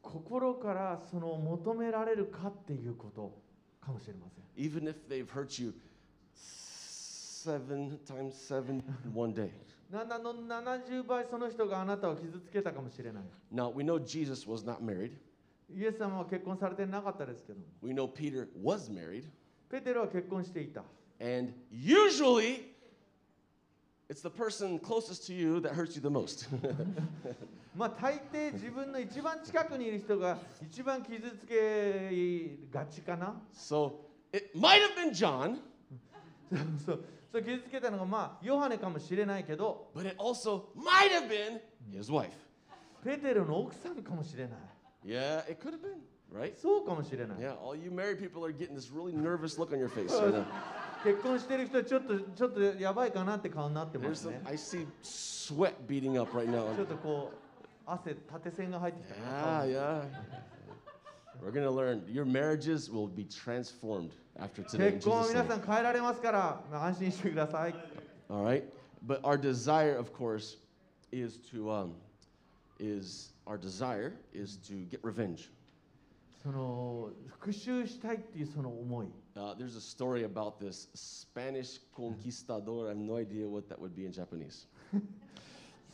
S2: 心からその求められるかっていうことかもしれません
S1: Even if they've hurt you seven times seven in one day.
S2: 7の70倍その人があなたを傷つけたかもしれない
S1: Now, we know Jesus was not married.
S2: イエス様は結婚されてなかったですけども
S1: We know Peter was married.
S2: ペテロは結婚していた
S1: And usually, it's the person closest to you that hurts you the most. (laughs)
S2: まあ大抵自分の一番近くにいる人が一番傷つけがちかな
S1: so it might have been John,
S2: そうそう傷つけたのがまあヨハネかもしれないけど
S1: but it also might have been his wife.
S2: ペテロの奥さんかもしれない
S1: Yeah, it could have been, right?
S2: そうかもしれない
S1: Yeah, all you married people are getting this really nervous look on your face right
S2: (laughs)
S1: now.
S2: 結婚してる人はちょっとちょっとやばいかなって顔になってま
S1: There's
S2: す
S1: some,
S2: ね
S1: I see sweat beating up right
S2: ちょ
S1: now.
S2: っとこう汗縦線が入ってきた
S1: Yeah,
S2: な顔に
S1: yeah. We're gonna learn. Your marriages will be transformed after today. in
S2: 結婚は
S1: Jesus'
S2: 皆
S1: name.
S2: さん変えられますからまあ安心してください
S1: All right. But our desire, of course, is to um, is our desire is to get revenge.
S2: その復讐したいっていうその思い
S1: Uh, there's a story about this Spanish conquistador. I have no idea what that would be in Japanese.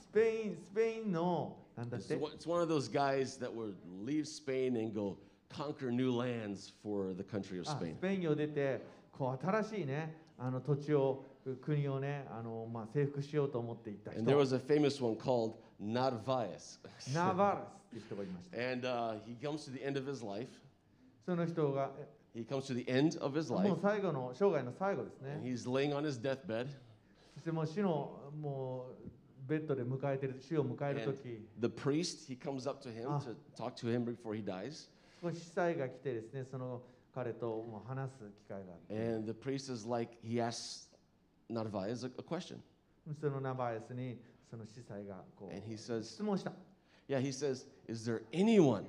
S2: スペインスペインのなんだっ
S1: It's,
S2: て
S1: one- it's one of those guys that would leave Spain and go conquer new lands for the country of
S2: あ
S1: Spain.
S2: スペインを出てこう新しいねあの土地を国をねあの、まあ、征服しようと思っていた人
S1: And there was a famous one called (laughs) Narvaez.
S2: ナバラスっていう人がいました
S1: and uh, he comes to the end of his life.
S2: その人が
S1: He comes to the end of his
S2: えも
S1: life.
S2: う最後の生涯の最後です
S1: And
S2: ね
S1: he's laying on his deathbed.
S2: そしてもう死のもうベッドで迎えてる死を迎える
S1: And
S2: 時
S1: the priest, he comes up to him
S2: Ah.
S1: to talk to him before he dies.
S2: 少し司祭が来てですねその彼ともう話す機会があって
S1: And the priest is like, he asks Narvaez a, a question.
S2: そのナバエスにその司祭がこ
S1: And
S2: う
S1: he says,
S2: 質問した
S1: yeah, he says, is there anyone,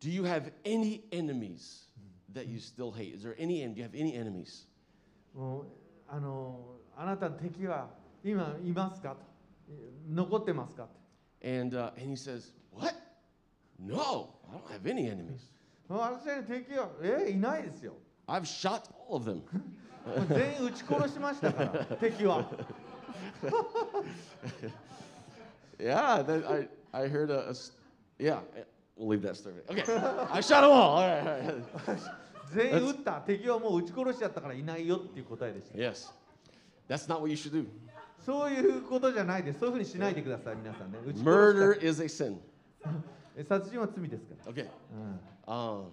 S1: do you have any enemies that you still hate? Is there any, en- do you have any enemies?
S2: もうあのあなたの敵は今いますかと残ってますかと
S1: And, uh, and he says, what? No, I don't have any enemies.
S2: 私の敵はえいないですよ
S1: I've shot all of them.
S2: もう全員撃ち殺しましたから敵は
S1: Yeah, that, I, I heard a, a s- yeah, eh, we'll leave that story. Okay, I shot them all. All right, all right. (laughs)
S2: 全員撃った敵はもう撃ち殺しちゃったからいないよっていう答えでした
S1: Yes. That's not what you should do.
S2: そういうことじゃないですそういうふうにしないでください皆さんね撃ち殺
S1: Murder
S2: し
S1: is a sin.
S2: たえ殺人は罪ですか
S1: Okay.
S2: ら、
S1: Um,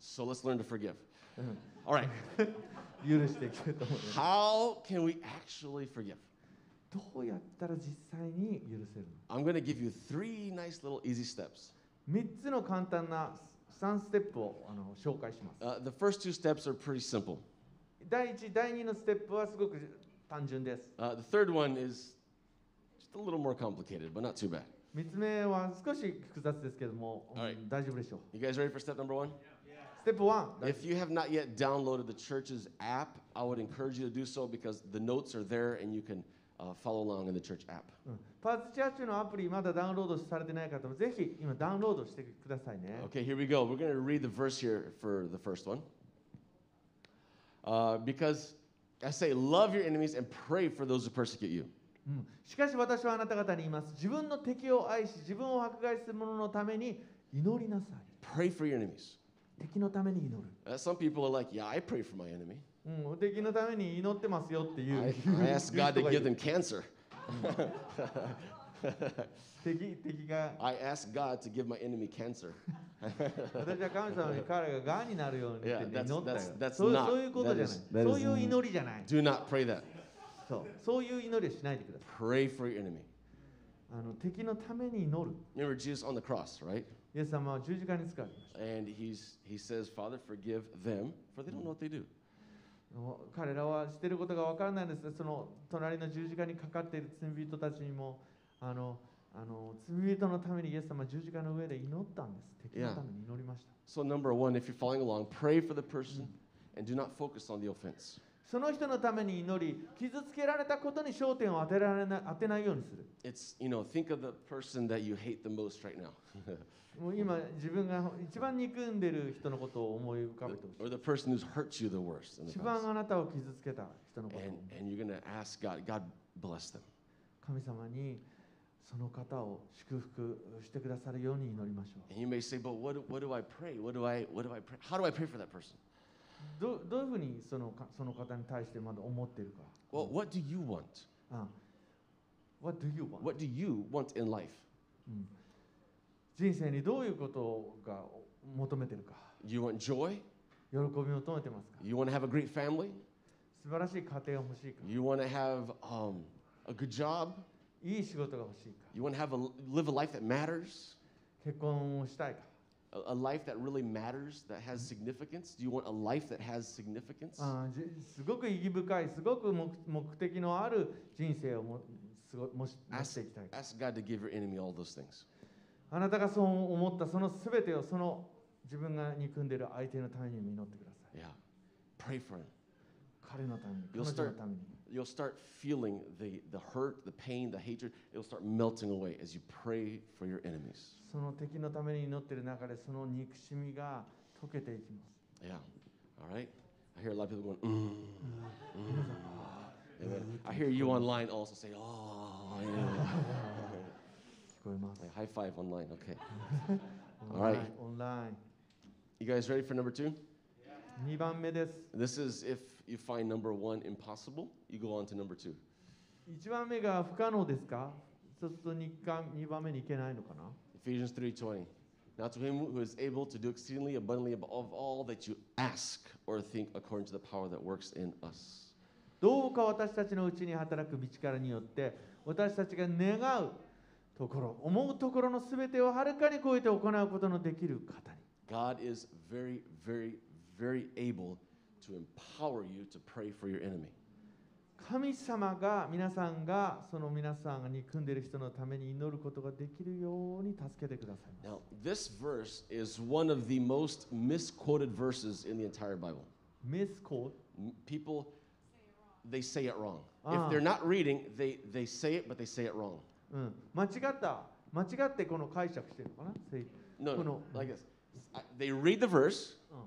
S1: so let's learn to forgive.
S2: うん
S1: All right.
S2: 許していけると思います
S1: How can we actually forgive?
S2: どうやったら実際に許せる
S1: I'm going to give you three nice little easy steps.
S2: の3つの簡単な3ステップをあの紹介します
S1: Uh, the first two steps are pretty simple.
S2: 第1第2のステップはすごく単純です
S1: Uh, the third one is just a little more complicated, but not too bad.
S2: 3つ目は少し複雑ですけども、うん
S1: はい
S2: 大丈夫でしょう
S1: You guys ready for step number one?
S2: ステップ1
S1: If you have not yet downloaded the church's app, I would encourage you to do so because the notes are there and you can uh, follow along in the church app.
S2: うんパーツチャーチのアプリまだダウンロードされてない方もぜひ今ダウンロードしてくださいね
S1: Okay, here we go. We're going to read the verse here for the first one. Uh, because I say, love your enemies and pray for those who persecute you.
S2: うん、しかし私はあなた方に言います自分の敵を愛し自分を迫害する者のために祈りなさ
S1: Pray for your enemies.
S2: い敵のために祈る、
S1: Uh, some people are like, yeah, I pray for my enemy.
S2: うん、敵のために祈ってますよっていう
S1: I,
S2: 言う
S1: I
S2: (laughs)
S1: ask
S2: 言う
S1: God
S2: 人
S1: to
S2: がいる
S1: give them cancer.
S2: 敵敵が
S1: I ask God to give my enemy cancer.
S2: 私は神様に彼ががんになるようにって
S1: Yeah, that's-
S2: 祈ったよ
S1: that's- that's
S2: そう
S1: not-
S2: そういうことじゃない
S1: that is- that is-
S2: そういう祈りじゃない
S1: Do not pray that.
S2: そうそういう祈りはしないでください
S1: Pray for your enemy.
S2: あの敵のために祈る
S1: Remember Jesus on the cross, right?
S2: イエス様は十字架に使われまし
S1: And he's he says, Father, forgive them, for they don't know what they do.
S2: たもう彼らはしてることが分からないんですがその隣の十字架にかかっている罪人たちにもあのあの罪人のためにイエス様は十字架の上で祈ったんです敵のために祈りました、
S1: So number one, if you're following along, pray for the person and do not focus on the offense.
S2: その人のために祈り傷つけられたことに焦点を当てられない当てないようにする
S1: It's, you know, think of the person that you hate the most right now,
S2: もう今自分が一番憎んでる人のことを思い浮かべてほし
S1: or the person who's hurt you the worst. In
S2: い
S1: the
S2: 一
S1: past.
S2: 番あなたを傷つけた人のことを
S1: And,
S2: 思う
S1: and you're going to ask God, God bless them.
S2: 神様にその方を祝福してくださるように祈りましょ
S1: And you may say, but what, do- what do I pray? What do I, what do I pray? How do I pray for that person?
S2: うどどういうふうにそのかその方に対してまだ思ってるか
S1: Well, what do you want?
S2: うん What do you want?
S1: What do you want in life?
S2: うん人生にどういうことが求めてるか
S1: You want joy?
S2: 喜びを求めてますか
S1: You want to have a great family?
S2: 素晴らしい家庭が欲しいか
S1: You want to have um, a good job?
S2: いい仕事が欲しいか
S1: You want to have a, live a life that matters?
S2: 結婚をしたいか
S1: A, a life that really matters, that has significance? Do you want a life that has significance?
S2: あーじすごく意義深いすごく目目的のある人生をもすごもし持っていきたい
S1: Ask God to give your enemy all those things.
S2: あなたがそう思ったその全てをその自分が憎んでいる相手のために祈ってください
S1: Yeah. Pray for him.
S2: 彼のために
S1: You'll
S2: 彼
S1: start-
S2: 女のために
S1: You'll start feeling the, the hurt, the pain, the hatred. It'll start melting away as you pray for your enemies.
S2: その敵のために祈っている中でその憎しみが溶けていきます
S1: Yeah. All right. I hear a lot of people going, mm, mm. And (laughs) then I hear you online also say, oh, yeah.
S2: 聞こえます
S1: Like, high five online. Okay.
S2: オンライン
S1: Alright.
S2: オンラ
S1: You guys ready for number two?
S2: イン2番目です
S1: This is if you find number one impossible, you go on to number two.
S2: 1番目が不可能ですかそうすると 2, か2番目に行けないのかな
S1: Ephesians 3:20. Now to him who is able to do exceedingly abundantly above all that you ask or think according to the power that works in us.
S2: どうか私たちのうちに働く道からによって私たちが願うところ思うところの全てをはるかに超えて行うことのできる方に
S1: God is very, very, very able to empower you to pray for your enemy.
S2: 神様が皆さんがその皆さんが憎んでいる人のために祈ることができるように助けてくださいます
S1: Now, this verse is one of the most misquoted verses in the entire Bible.
S2: メスコ
S1: M- People, they say it wrong.
S2: Ah.
S1: If they're not reading, they, they say it, but they say it wrong.
S2: うん、間違った間違ってこの解釈してるのかな聖
S1: No, no,
S2: Bueno.
S1: like this. I, they read the verse.
S2: Ah.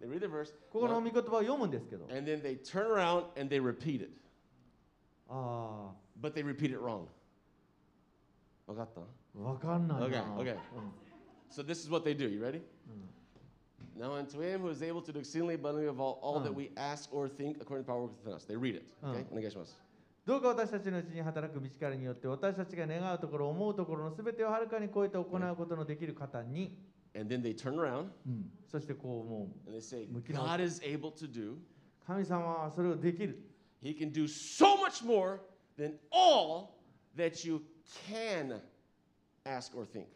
S1: They read the verse.
S2: ここの御言葉を読むんですけど
S1: And then they turn around and they repeat it,
S2: あ
S1: but they repeat it wrong. わかった？
S2: あわかんないな
S1: Okay, okay.
S2: う
S1: So this is what they do. You ready?
S2: んうん
S1: Now unto him who is able to do exceedingly abundantly of all, all that
S2: Ah.
S1: we ask or think according to the power that worketh within us. They read it. Okay?
S2: Ah.
S1: お願いします。
S2: どうか私たちのうちに働く道からによって私たちが願うところ思うところの全てをはるかに超えて行うことのできる方に、
S1: And then they turn around
S2: うんそしてこうも
S1: and they say,
S2: Look it
S1: God is able to do.
S2: う神様はそれをできる
S1: He can do so much more than all that you can ask or think.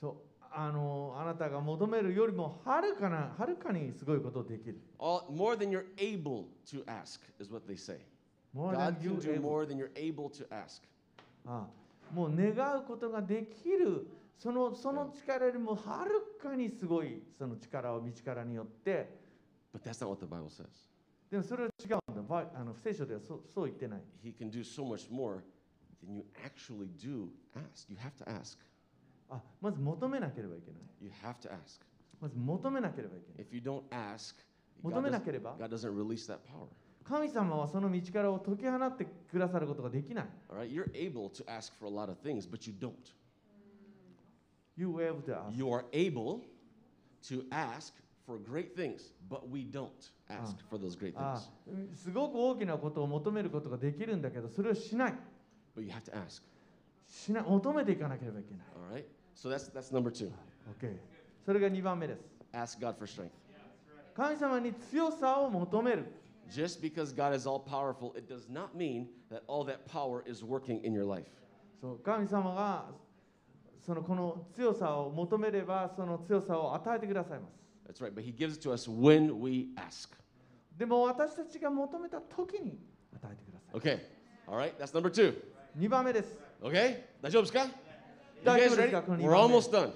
S2: そうあのあなたが求めるよりもはるかなはるかにすごいことをできる
S1: All, more than you're able to ask is what they say.
S2: More
S1: God
S2: than
S1: can
S2: you
S1: do
S2: able.
S1: more than you're able to ask.
S2: ああもう願うことができるそのその力よりもはるかにすごいその力を道からによって
S1: But that's not what the Bible says.
S2: でもそれは違うんだばあの聖書ではそうそう言ってない
S1: He can do so much more than you actually do ask. You have to ask.
S2: あまず求めなければいけない
S1: You have to ask.
S2: まず求めなければいけない
S1: If you don't ask, God
S2: 求めな
S1: doesn't,
S2: ければ
S1: God doesn't release that power.
S2: 神様はその道からを解き放ってくださることができない。
S1: All right? You're able to ask for a lot of things, but you don't.
S2: You were able to ask.
S1: You are able to ask for great things, but we don't ask for those great
S2: あ
S1: things.
S2: あすごく大きなことを求めることができるんだけど、それをしない。
S1: But you have to ask.
S2: しない求めていかなければいけない。
S1: All right? So that's that's number two.
S2: OK。それが2番目です。
S1: Ask God for strength.
S2: 神様に強さを求める。
S1: Just because God is all powerful, it does not mean that all that power is working in your life.
S2: そう神様がそのこの強さを求めれば、その強さを与えてくださいます。
S1: That's right, but He gives it to us when we ask.
S2: でも私たちが求めた時に与えてくださ
S1: Okay. All right, that's number two.
S2: い。2番目です。
S1: Okay? 大丈夫ですか? You
S2: 大丈夫ですか？
S1: guys ready?
S2: この二番目。
S1: We're almost done.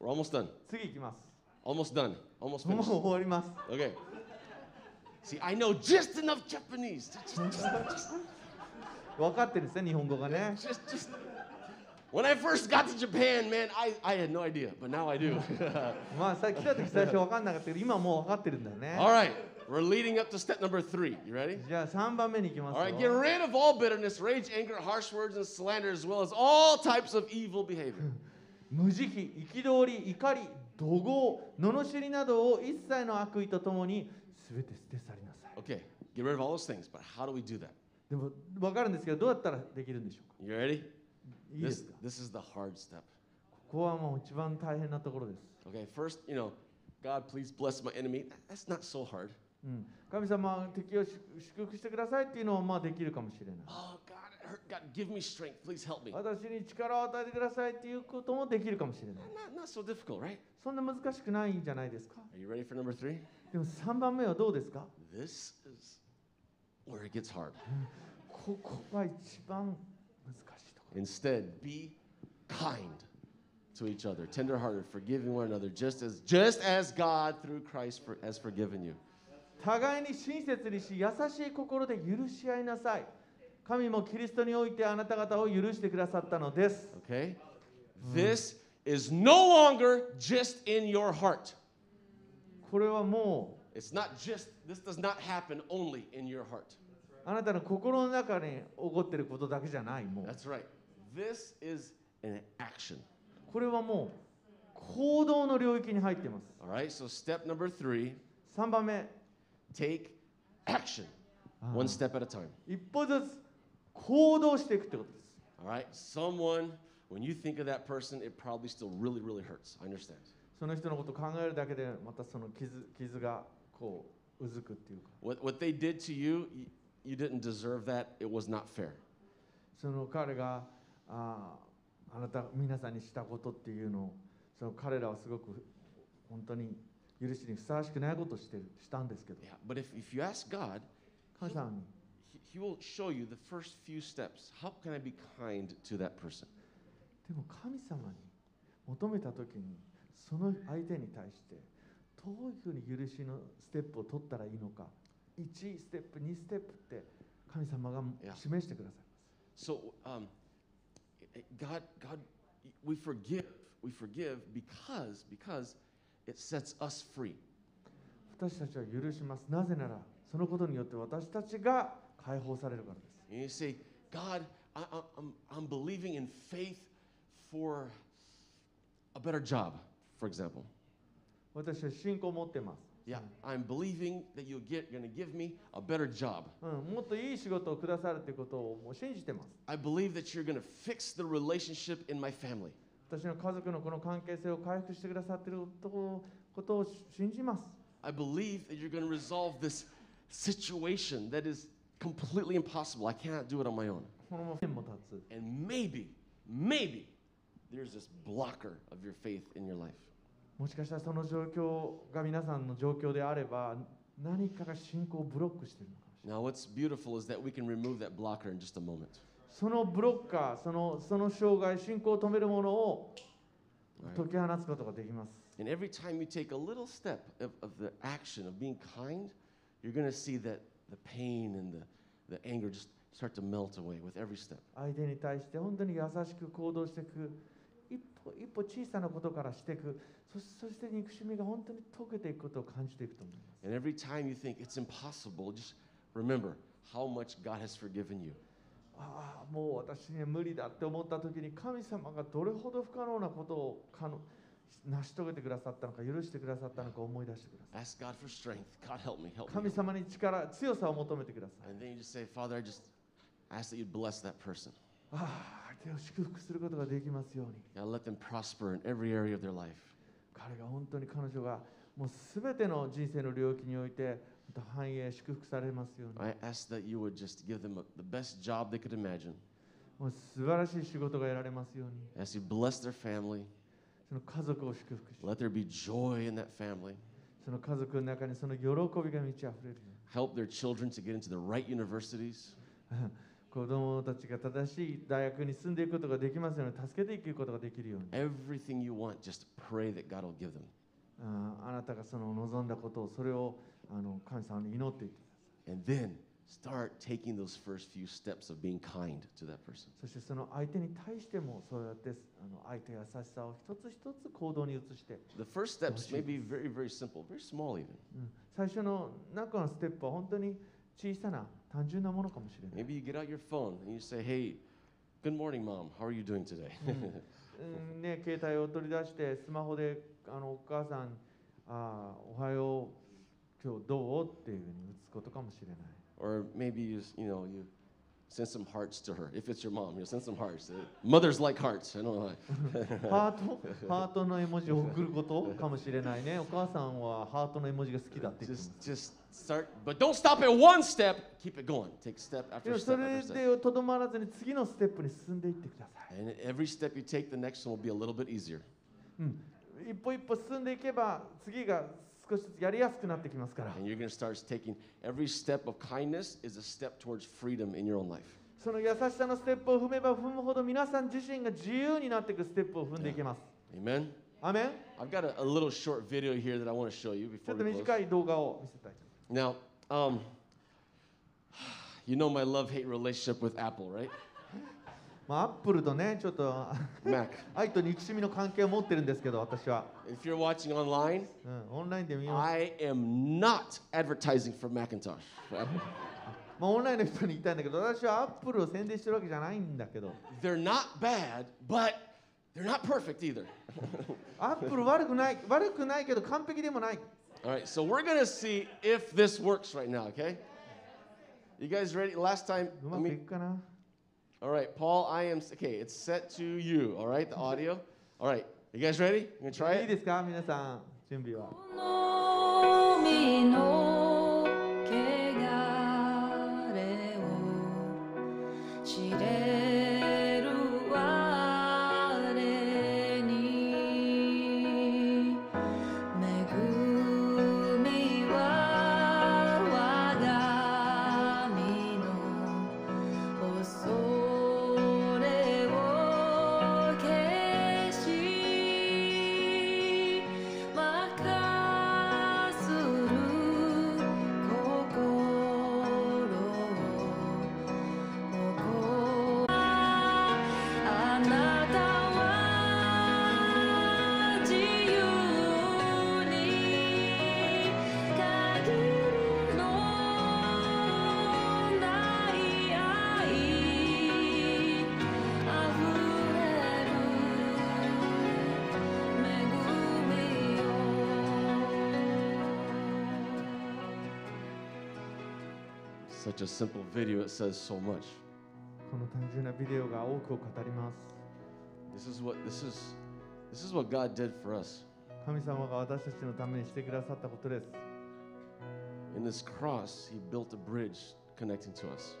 S1: We're almost done.
S2: 次いきます。 (laughs)
S1: Almost done. Almost
S2: もう
S1: finished.
S2: 終わります。
S1: Okay. See, I know just enough Japanese. Just, just,
S2: 分かってるんですね日本語がね
S1: just, just. When I first got to Japan, man, I, I had no idea, but now I do. (laughs)
S2: まあさ来た時最初分かんなかったけど今もう分かってるんだよね
S1: All right, we're leading up to step number three. You ready?
S2: じゃあ3番目に行き
S1: All
S2: ます
S1: right, get
S2: よ
S1: rid of all bitterness, rage, anger, harsh words, and slander, as well as all types of evil behavior.
S2: 無慈悲憤り怒り怒号罵りなどを一切の悪意とともに全て捨て去りなさい
S1: Okay, get rid of all those things, but how do we do that?
S2: でも分かるんですけどどうやったらできるんでしょうか
S1: You ready?
S2: いいで
S1: This,
S2: すか
S1: this is the hard step.
S2: ここはもう一番大変なところです、
S1: Okay, first, you know, God, please bless my enemy. That's not so hard.
S2: うん、神様敵を祝祝福してくださいっていうのはまあできるかもしれない
S1: Oh, God, it hurt. God, give me strength. Please help me.
S2: 私に力を与えてくださいっていうこともできるかもしれない
S1: Not, not so difficult, right?
S2: そんな難しくないんじゃないですか
S1: Are you ready for number three?
S2: でも3番目はどうですか
S1: This is where it gets hard.
S2: ここが一番難しいとこ
S1: Instead, be kind to each other, tenderhearted, forgiving one another, just as just as God through Christ for, has forgiven you.
S2: ろ互いに親切にし優しい心で許し合いなさい神もキリストにおいてあなた方を許してくださったのです
S1: Okay? This is no longer just in your heart.
S2: これはも
S1: It's not just this does not happen only in your heart.
S2: うあなたの心の中に起こってることだけじゃないもう
S1: That's right. This is an action.
S2: これはもう行動の領域に入ってます
S1: All right? So step number 3,
S2: 3番目
S1: take action. One step at a time.
S2: 一歩ずつ行動していくってことです
S1: All right? Someone when you think of that person, it probably still really really hurts. I understand.
S2: その人のこと考えるだけでまたその傷傷がこううずくっていうか
S1: What, what they did to you, you, you didn't deserve that. It was not fair.
S2: その彼があーあなた皆さんにしたことっていうのをその彼らはすごく本当に許しにふさわしくないことをしてるしたんですけど
S1: Yeah. But if, if you ask God,
S2: 神様に
S1: he, he will show you the first few steps. How can I be kind to that person?
S2: でも神様に求めた時にその相手に対してどういうふうに許しのステップを取ったらいいのか1ステップ2ステップって神様が
S1: いや
S2: 示してください
S1: So, um, God, God, we forgive, we forgive because because it sets us free.
S2: 私たちは許しますなぜならそのことによって私たちが解放されるからです
S1: And you say, God, I, I, I'm I'm believing in faith for a better job, for example.
S2: 私は信仰を持ってます、
S1: Yeah, I'm believing that you'll get, you're gonna give me a better job.
S2: うん、もっといい仕事をくださるということをもう信じてます
S1: I believe that you're going to fix the relationship in my family.
S2: 私の家族のこの関係性を回復してくださっていることをことを信じます
S1: I believe that you're going to resolve this situation that is completely impossible. I cannot do it on my own.
S2: このまま天も立つ
S1: And maybe, maybe there's this blocker of your faith in your life.
S2: もしかしたらその状況が皆さんの状況であれば何かが信仰をブロックしているのかもしれない
S1: Now, what's beautiful is that we can remove that blocker in just a moment.
S2: そのブロッカーそのその障害信仰を止めるものを
S1: All right?
S2: 解き放つことができます
S1: And every time you take a little step of, of the action of being kind, you're going to see that the pain and the, the anger just start to melt away with every step.
S2: 相手に対して本当に優しく行動していく一歩一歩小さなことからしていくそそして憎しみが本当に溶けていくことを感じていくと思います
S1: And every time you think it's impossible, just remember how much God has forgiven you.
S2: ああもう私には無理だって思った時に神様がどれほど不可能なことを可能成し遂げてくださったのか許してくださったのか思い出してくださ
S1: Ask God for strength. God, help me,
S2: い
S1: help
S2: 神
S1: me.
S2: 様に力強さを求めてください
S1: And then you just say, Father, I just ask that you bless that person.
S2: ああ相手を祝福することができますように
S1: God, let them prosper in every area of their life.
S2: 彼が本当に彼女がもう全ての人生の領域においてまた繁栄祝福されますように
S1: I ask that you would just give them a, the best job they could imagine.
S2: もう素晴らしい仕事が得られますように
S1: I ask you bless their family.
S2: その家族を祝福し
S1: Let there be joy in that family.
S2: その家族の中にその喜びが満ち溢れるよ
S1: Help their children to get into the right universities.
S2: うに子供たちが正しい大学に進んでいくことができますように助けていくことができるように
S1: Everything you want, just pray that God will give them.
S2: あーあなたがその望んだことをそれをあの神様に祈っていってくだ
S1: And then start taking those first few steps of being kind to that person.
S2: さいそしてその相手に対してもそうやってあの相手優しさを一つ一つ行動に移して、
S1: The first steps may be very, very simple, very small even.
S2: うん最初の中のステップは本当に小さな単純なものかもしれな
S1: (laughs)
S2: い、
S1: Maybe you get out your phone and you say, Hey, good morning, mom. How are you doing today?
S2: うんね、携帯を取り出してスマホであのお母さんあーおはよう今日どうっていうふうに打つことかもしれない
S1: (laughs) or maybe you, s- you know, you send some hearts to her. If it's your mom, you'll send some hearts. Uh, Mothers like hearts. I don't (laughs) know. why.
S2: ハートハートの絵文字を送ることかもしれないねお母さんはハートの絵文字が好きだって言って
S1: Just,
S2: ます
S1: just start, but don't stop at one step. Keep it going. Take step (laughs)
S2: で
S1: after
S2: もそ
S1: step
S2: れ
S1: after
S2: で
S1: step.
S2: とどまらずに次のステップに進んでいってください、
S1: And every step you take, the next one will be a little bit easier.
S2: うん、一歩一歩進んでいけば次が少しずつやりやすくなってきますから
S1: And you're going to start taking every step of kindness is a step towards freedom in your own life.
S2: その優しさのステップを踏めば踏むほど皆さん自身が自由になっていくステップを踏んでいけます
S1: Amen.
S2: アメン
S1: I've got a, a little short video here that I want to show you
S2: ち
S1: before
S2: ょっと
S1: we
S2: 短
S1: close.
S2: い動画を見せたい
S1: Now, um, (sighs) you know my love-hate relationship with Apple, right?
S2: まあアップルとねちょっと
S1: Mac.
S2: 愛と憎しみの関係を持ってるんですけど私は、
S1: If you're watching online,
S2: うん、オンラインで見ます
S1: I am not advertising for Macintosh. (laughs) for Apple.
S2: まあ、オンラインの人に言いたいんだけど私はアップルを宣伝してるわけじゃないんだけど
S1: They're not bad, but they're not perfect either.
S2: アップル悪くない悪くないけど完璧でもない
S1: All right, so we're gonna see if this works right now, okay? You guys ready? Last time,
S2: う
S1: I
S2: まくい
S1: mean,
S2: くかな
S1: all right, Paul, I am, okay, it's set to you, all right, the audio. All right, you guys ready? You gonna try
S2: いい
S1: it?
S2: ですか皆さん準備は
S3: 好みの汚れを知れる我に恵みは我が身の恐れを消しまかする心を誇るあなたは自由に限りのない愛あふれる恵みを
S1: Such a simple video, it says so much.
S2: この単純なビデオが多くを語ります
S1: This is what, this is, this is what God did for us.
S2: 神様が私たちのためにしてくださったことです
S1: In this cross, he built a bridge connecting to us.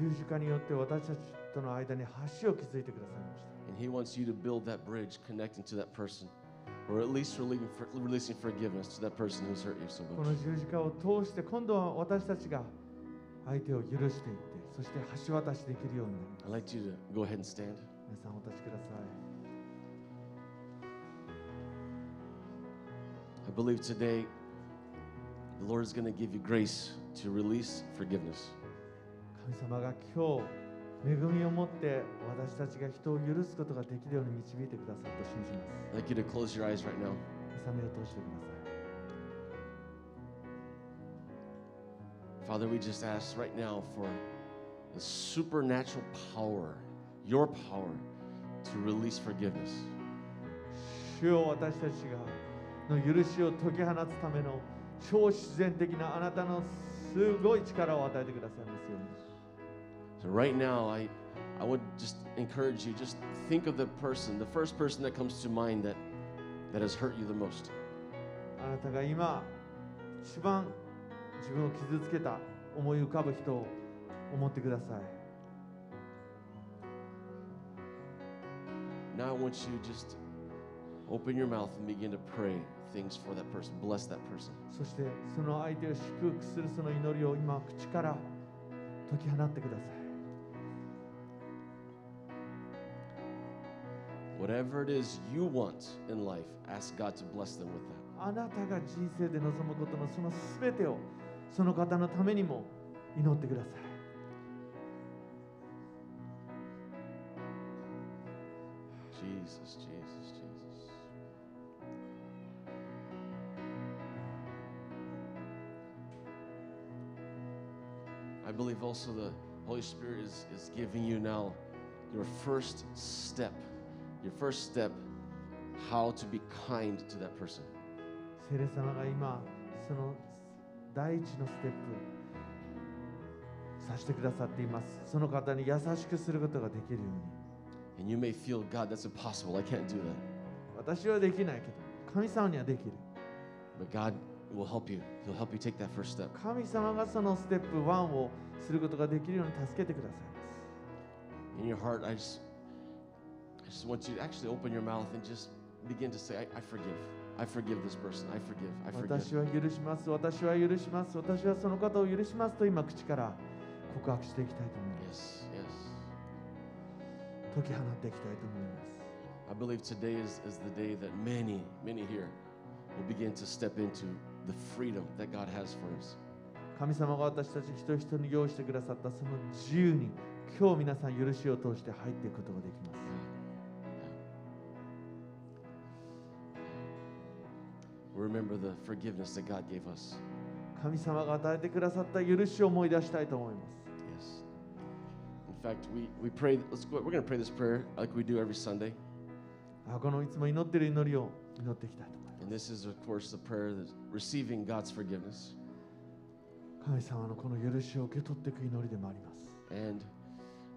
S2: 十字架によって私たちとの間に橋を築いてくださいました
S1: And he wants you to build that bridge connecting to that person, or at least relieving for, releasing forgiveness to that person who's hurt you so
S2: この
S1: much.
S2: 十字架を通して今度は私たちが相手を許していってそして橋渡しできるようになります
S1: I'd like you to go ahead and stand.
S2: 皆さんお立ちください
S1: I believe today the Lord is going to give you grace to release forgiveness.
S2: 神様が今日恵みを持って私たちが人を許すことができるように導いてくださると信じます。
S1: I'd like you to close your eyes right now.
S2: 目覚めを通してください。
S1: Father, we just ask right now for the supernatural power, your power, to release forgiveness.
S2: 主を私たちがの許しを解き放つための超自然的なあなたのすごい力を与えてくださいますように。
S1: So right now, I I would just encourage you just think of the person, the first person that comes to mind that that has hurt you the most.
S2: あなたが今一番自分を傷つけた思い浮かぶ人を思ってください。
S1: Now I want you to just open your mouth and begin to pray things for that person. Bless that person.
S2: そしてその相手を祝福するその祈りを今口から解き放ってください。
S1: Whatever it is you want in life, ask God to bless them with that.
S2: あなたが人生で望むことのその全てをその方のためにも祈ってください
S1: Jesus, Jesus, Jesus. I believe also the Holy Spirit is, is giving you now your first step, your first step, how to be kind to that person.
S2: 聖霊様が今その第一のステップさせてくださっていますその方に優しくすることができるよう
S1: And
S2: に
S1: you may feel, God, that's impossible. I can't do that.
S2: 私はできないけど神様にはできる
S1: But God will help you. He'll help you take that first step.
S2: 神様がそのステップ1をすることができるように助けてください
S1: in your heart, I just, I just want you to actually open your mouth and just begin to say, I, I forgive. I forgive this person. I forgive. I forgive.
S2: 私は許します私は許します私はその方を許しますと今口から告白していきたいと思います
S1: Yes, yes.
S2: 解き放っていきたいと思います
S1: I believe today is, is the day that many, many here will begin to step into the freedom that God has for us.
S2: 神様が私たち一人一人に用意してくださったその自由に今日皆さん許しを通して入っていくことができます
S1: Remember the forgiveness that God gave us.
S2: 神様が与えてくださった許しを思い出したいと思います
S1: Yes. In fact, we, we pray, let's go, we're going to pray this prayer like we do every Sunday.
S2: あこのいつも祈ってる祈りを祈っていきたいと思います
S1: And this is, of course, the prayer that receiving God's forgiveness.
S2: 神様のこの許しを受け取っていく祈りでもあります
S1: And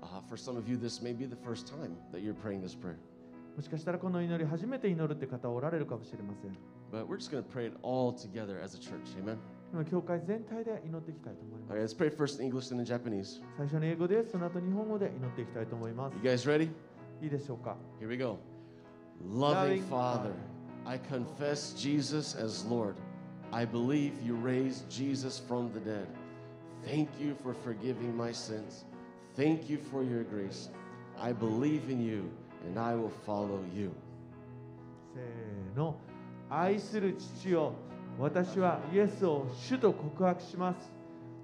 S1: uh, for some of you, this may be the first time that you're praying this prayer.
S2: もしかしたらこの祈り初めて祈るって方おられるかもしれません
S1: But we're just going to pray it all together as a church. Amen.
S2: 今教会全体で祈っていきたいと思い
S1: All
S2: ま
S1: right, let's
S2: す
S1: pray first in English and in Japanese.
S2: 最初に英語でその後日本語で祈っていきたいと思います
S1: You guys ready?
S2: いいでしょうか
S1: Here we go. Loving
S2: Loving
S1: Father,
S2: Father,
S1: I confess Jesus as Lord. I believe you raised Jesus from the dead. Thank you for forgiving my sins. Thank you for your grace. I believe in you and I will follow you.
S2: せーの愛する父よ私はイエスを主と告白します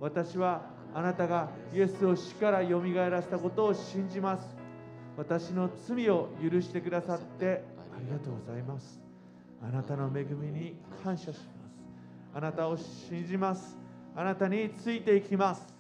S2: 私はあなたがイエスを死からよみがえらせたことを信じます私の罪を許してくださってありがとうございますあなたの恵みに感謝しますあなたを信じますあなたについていきます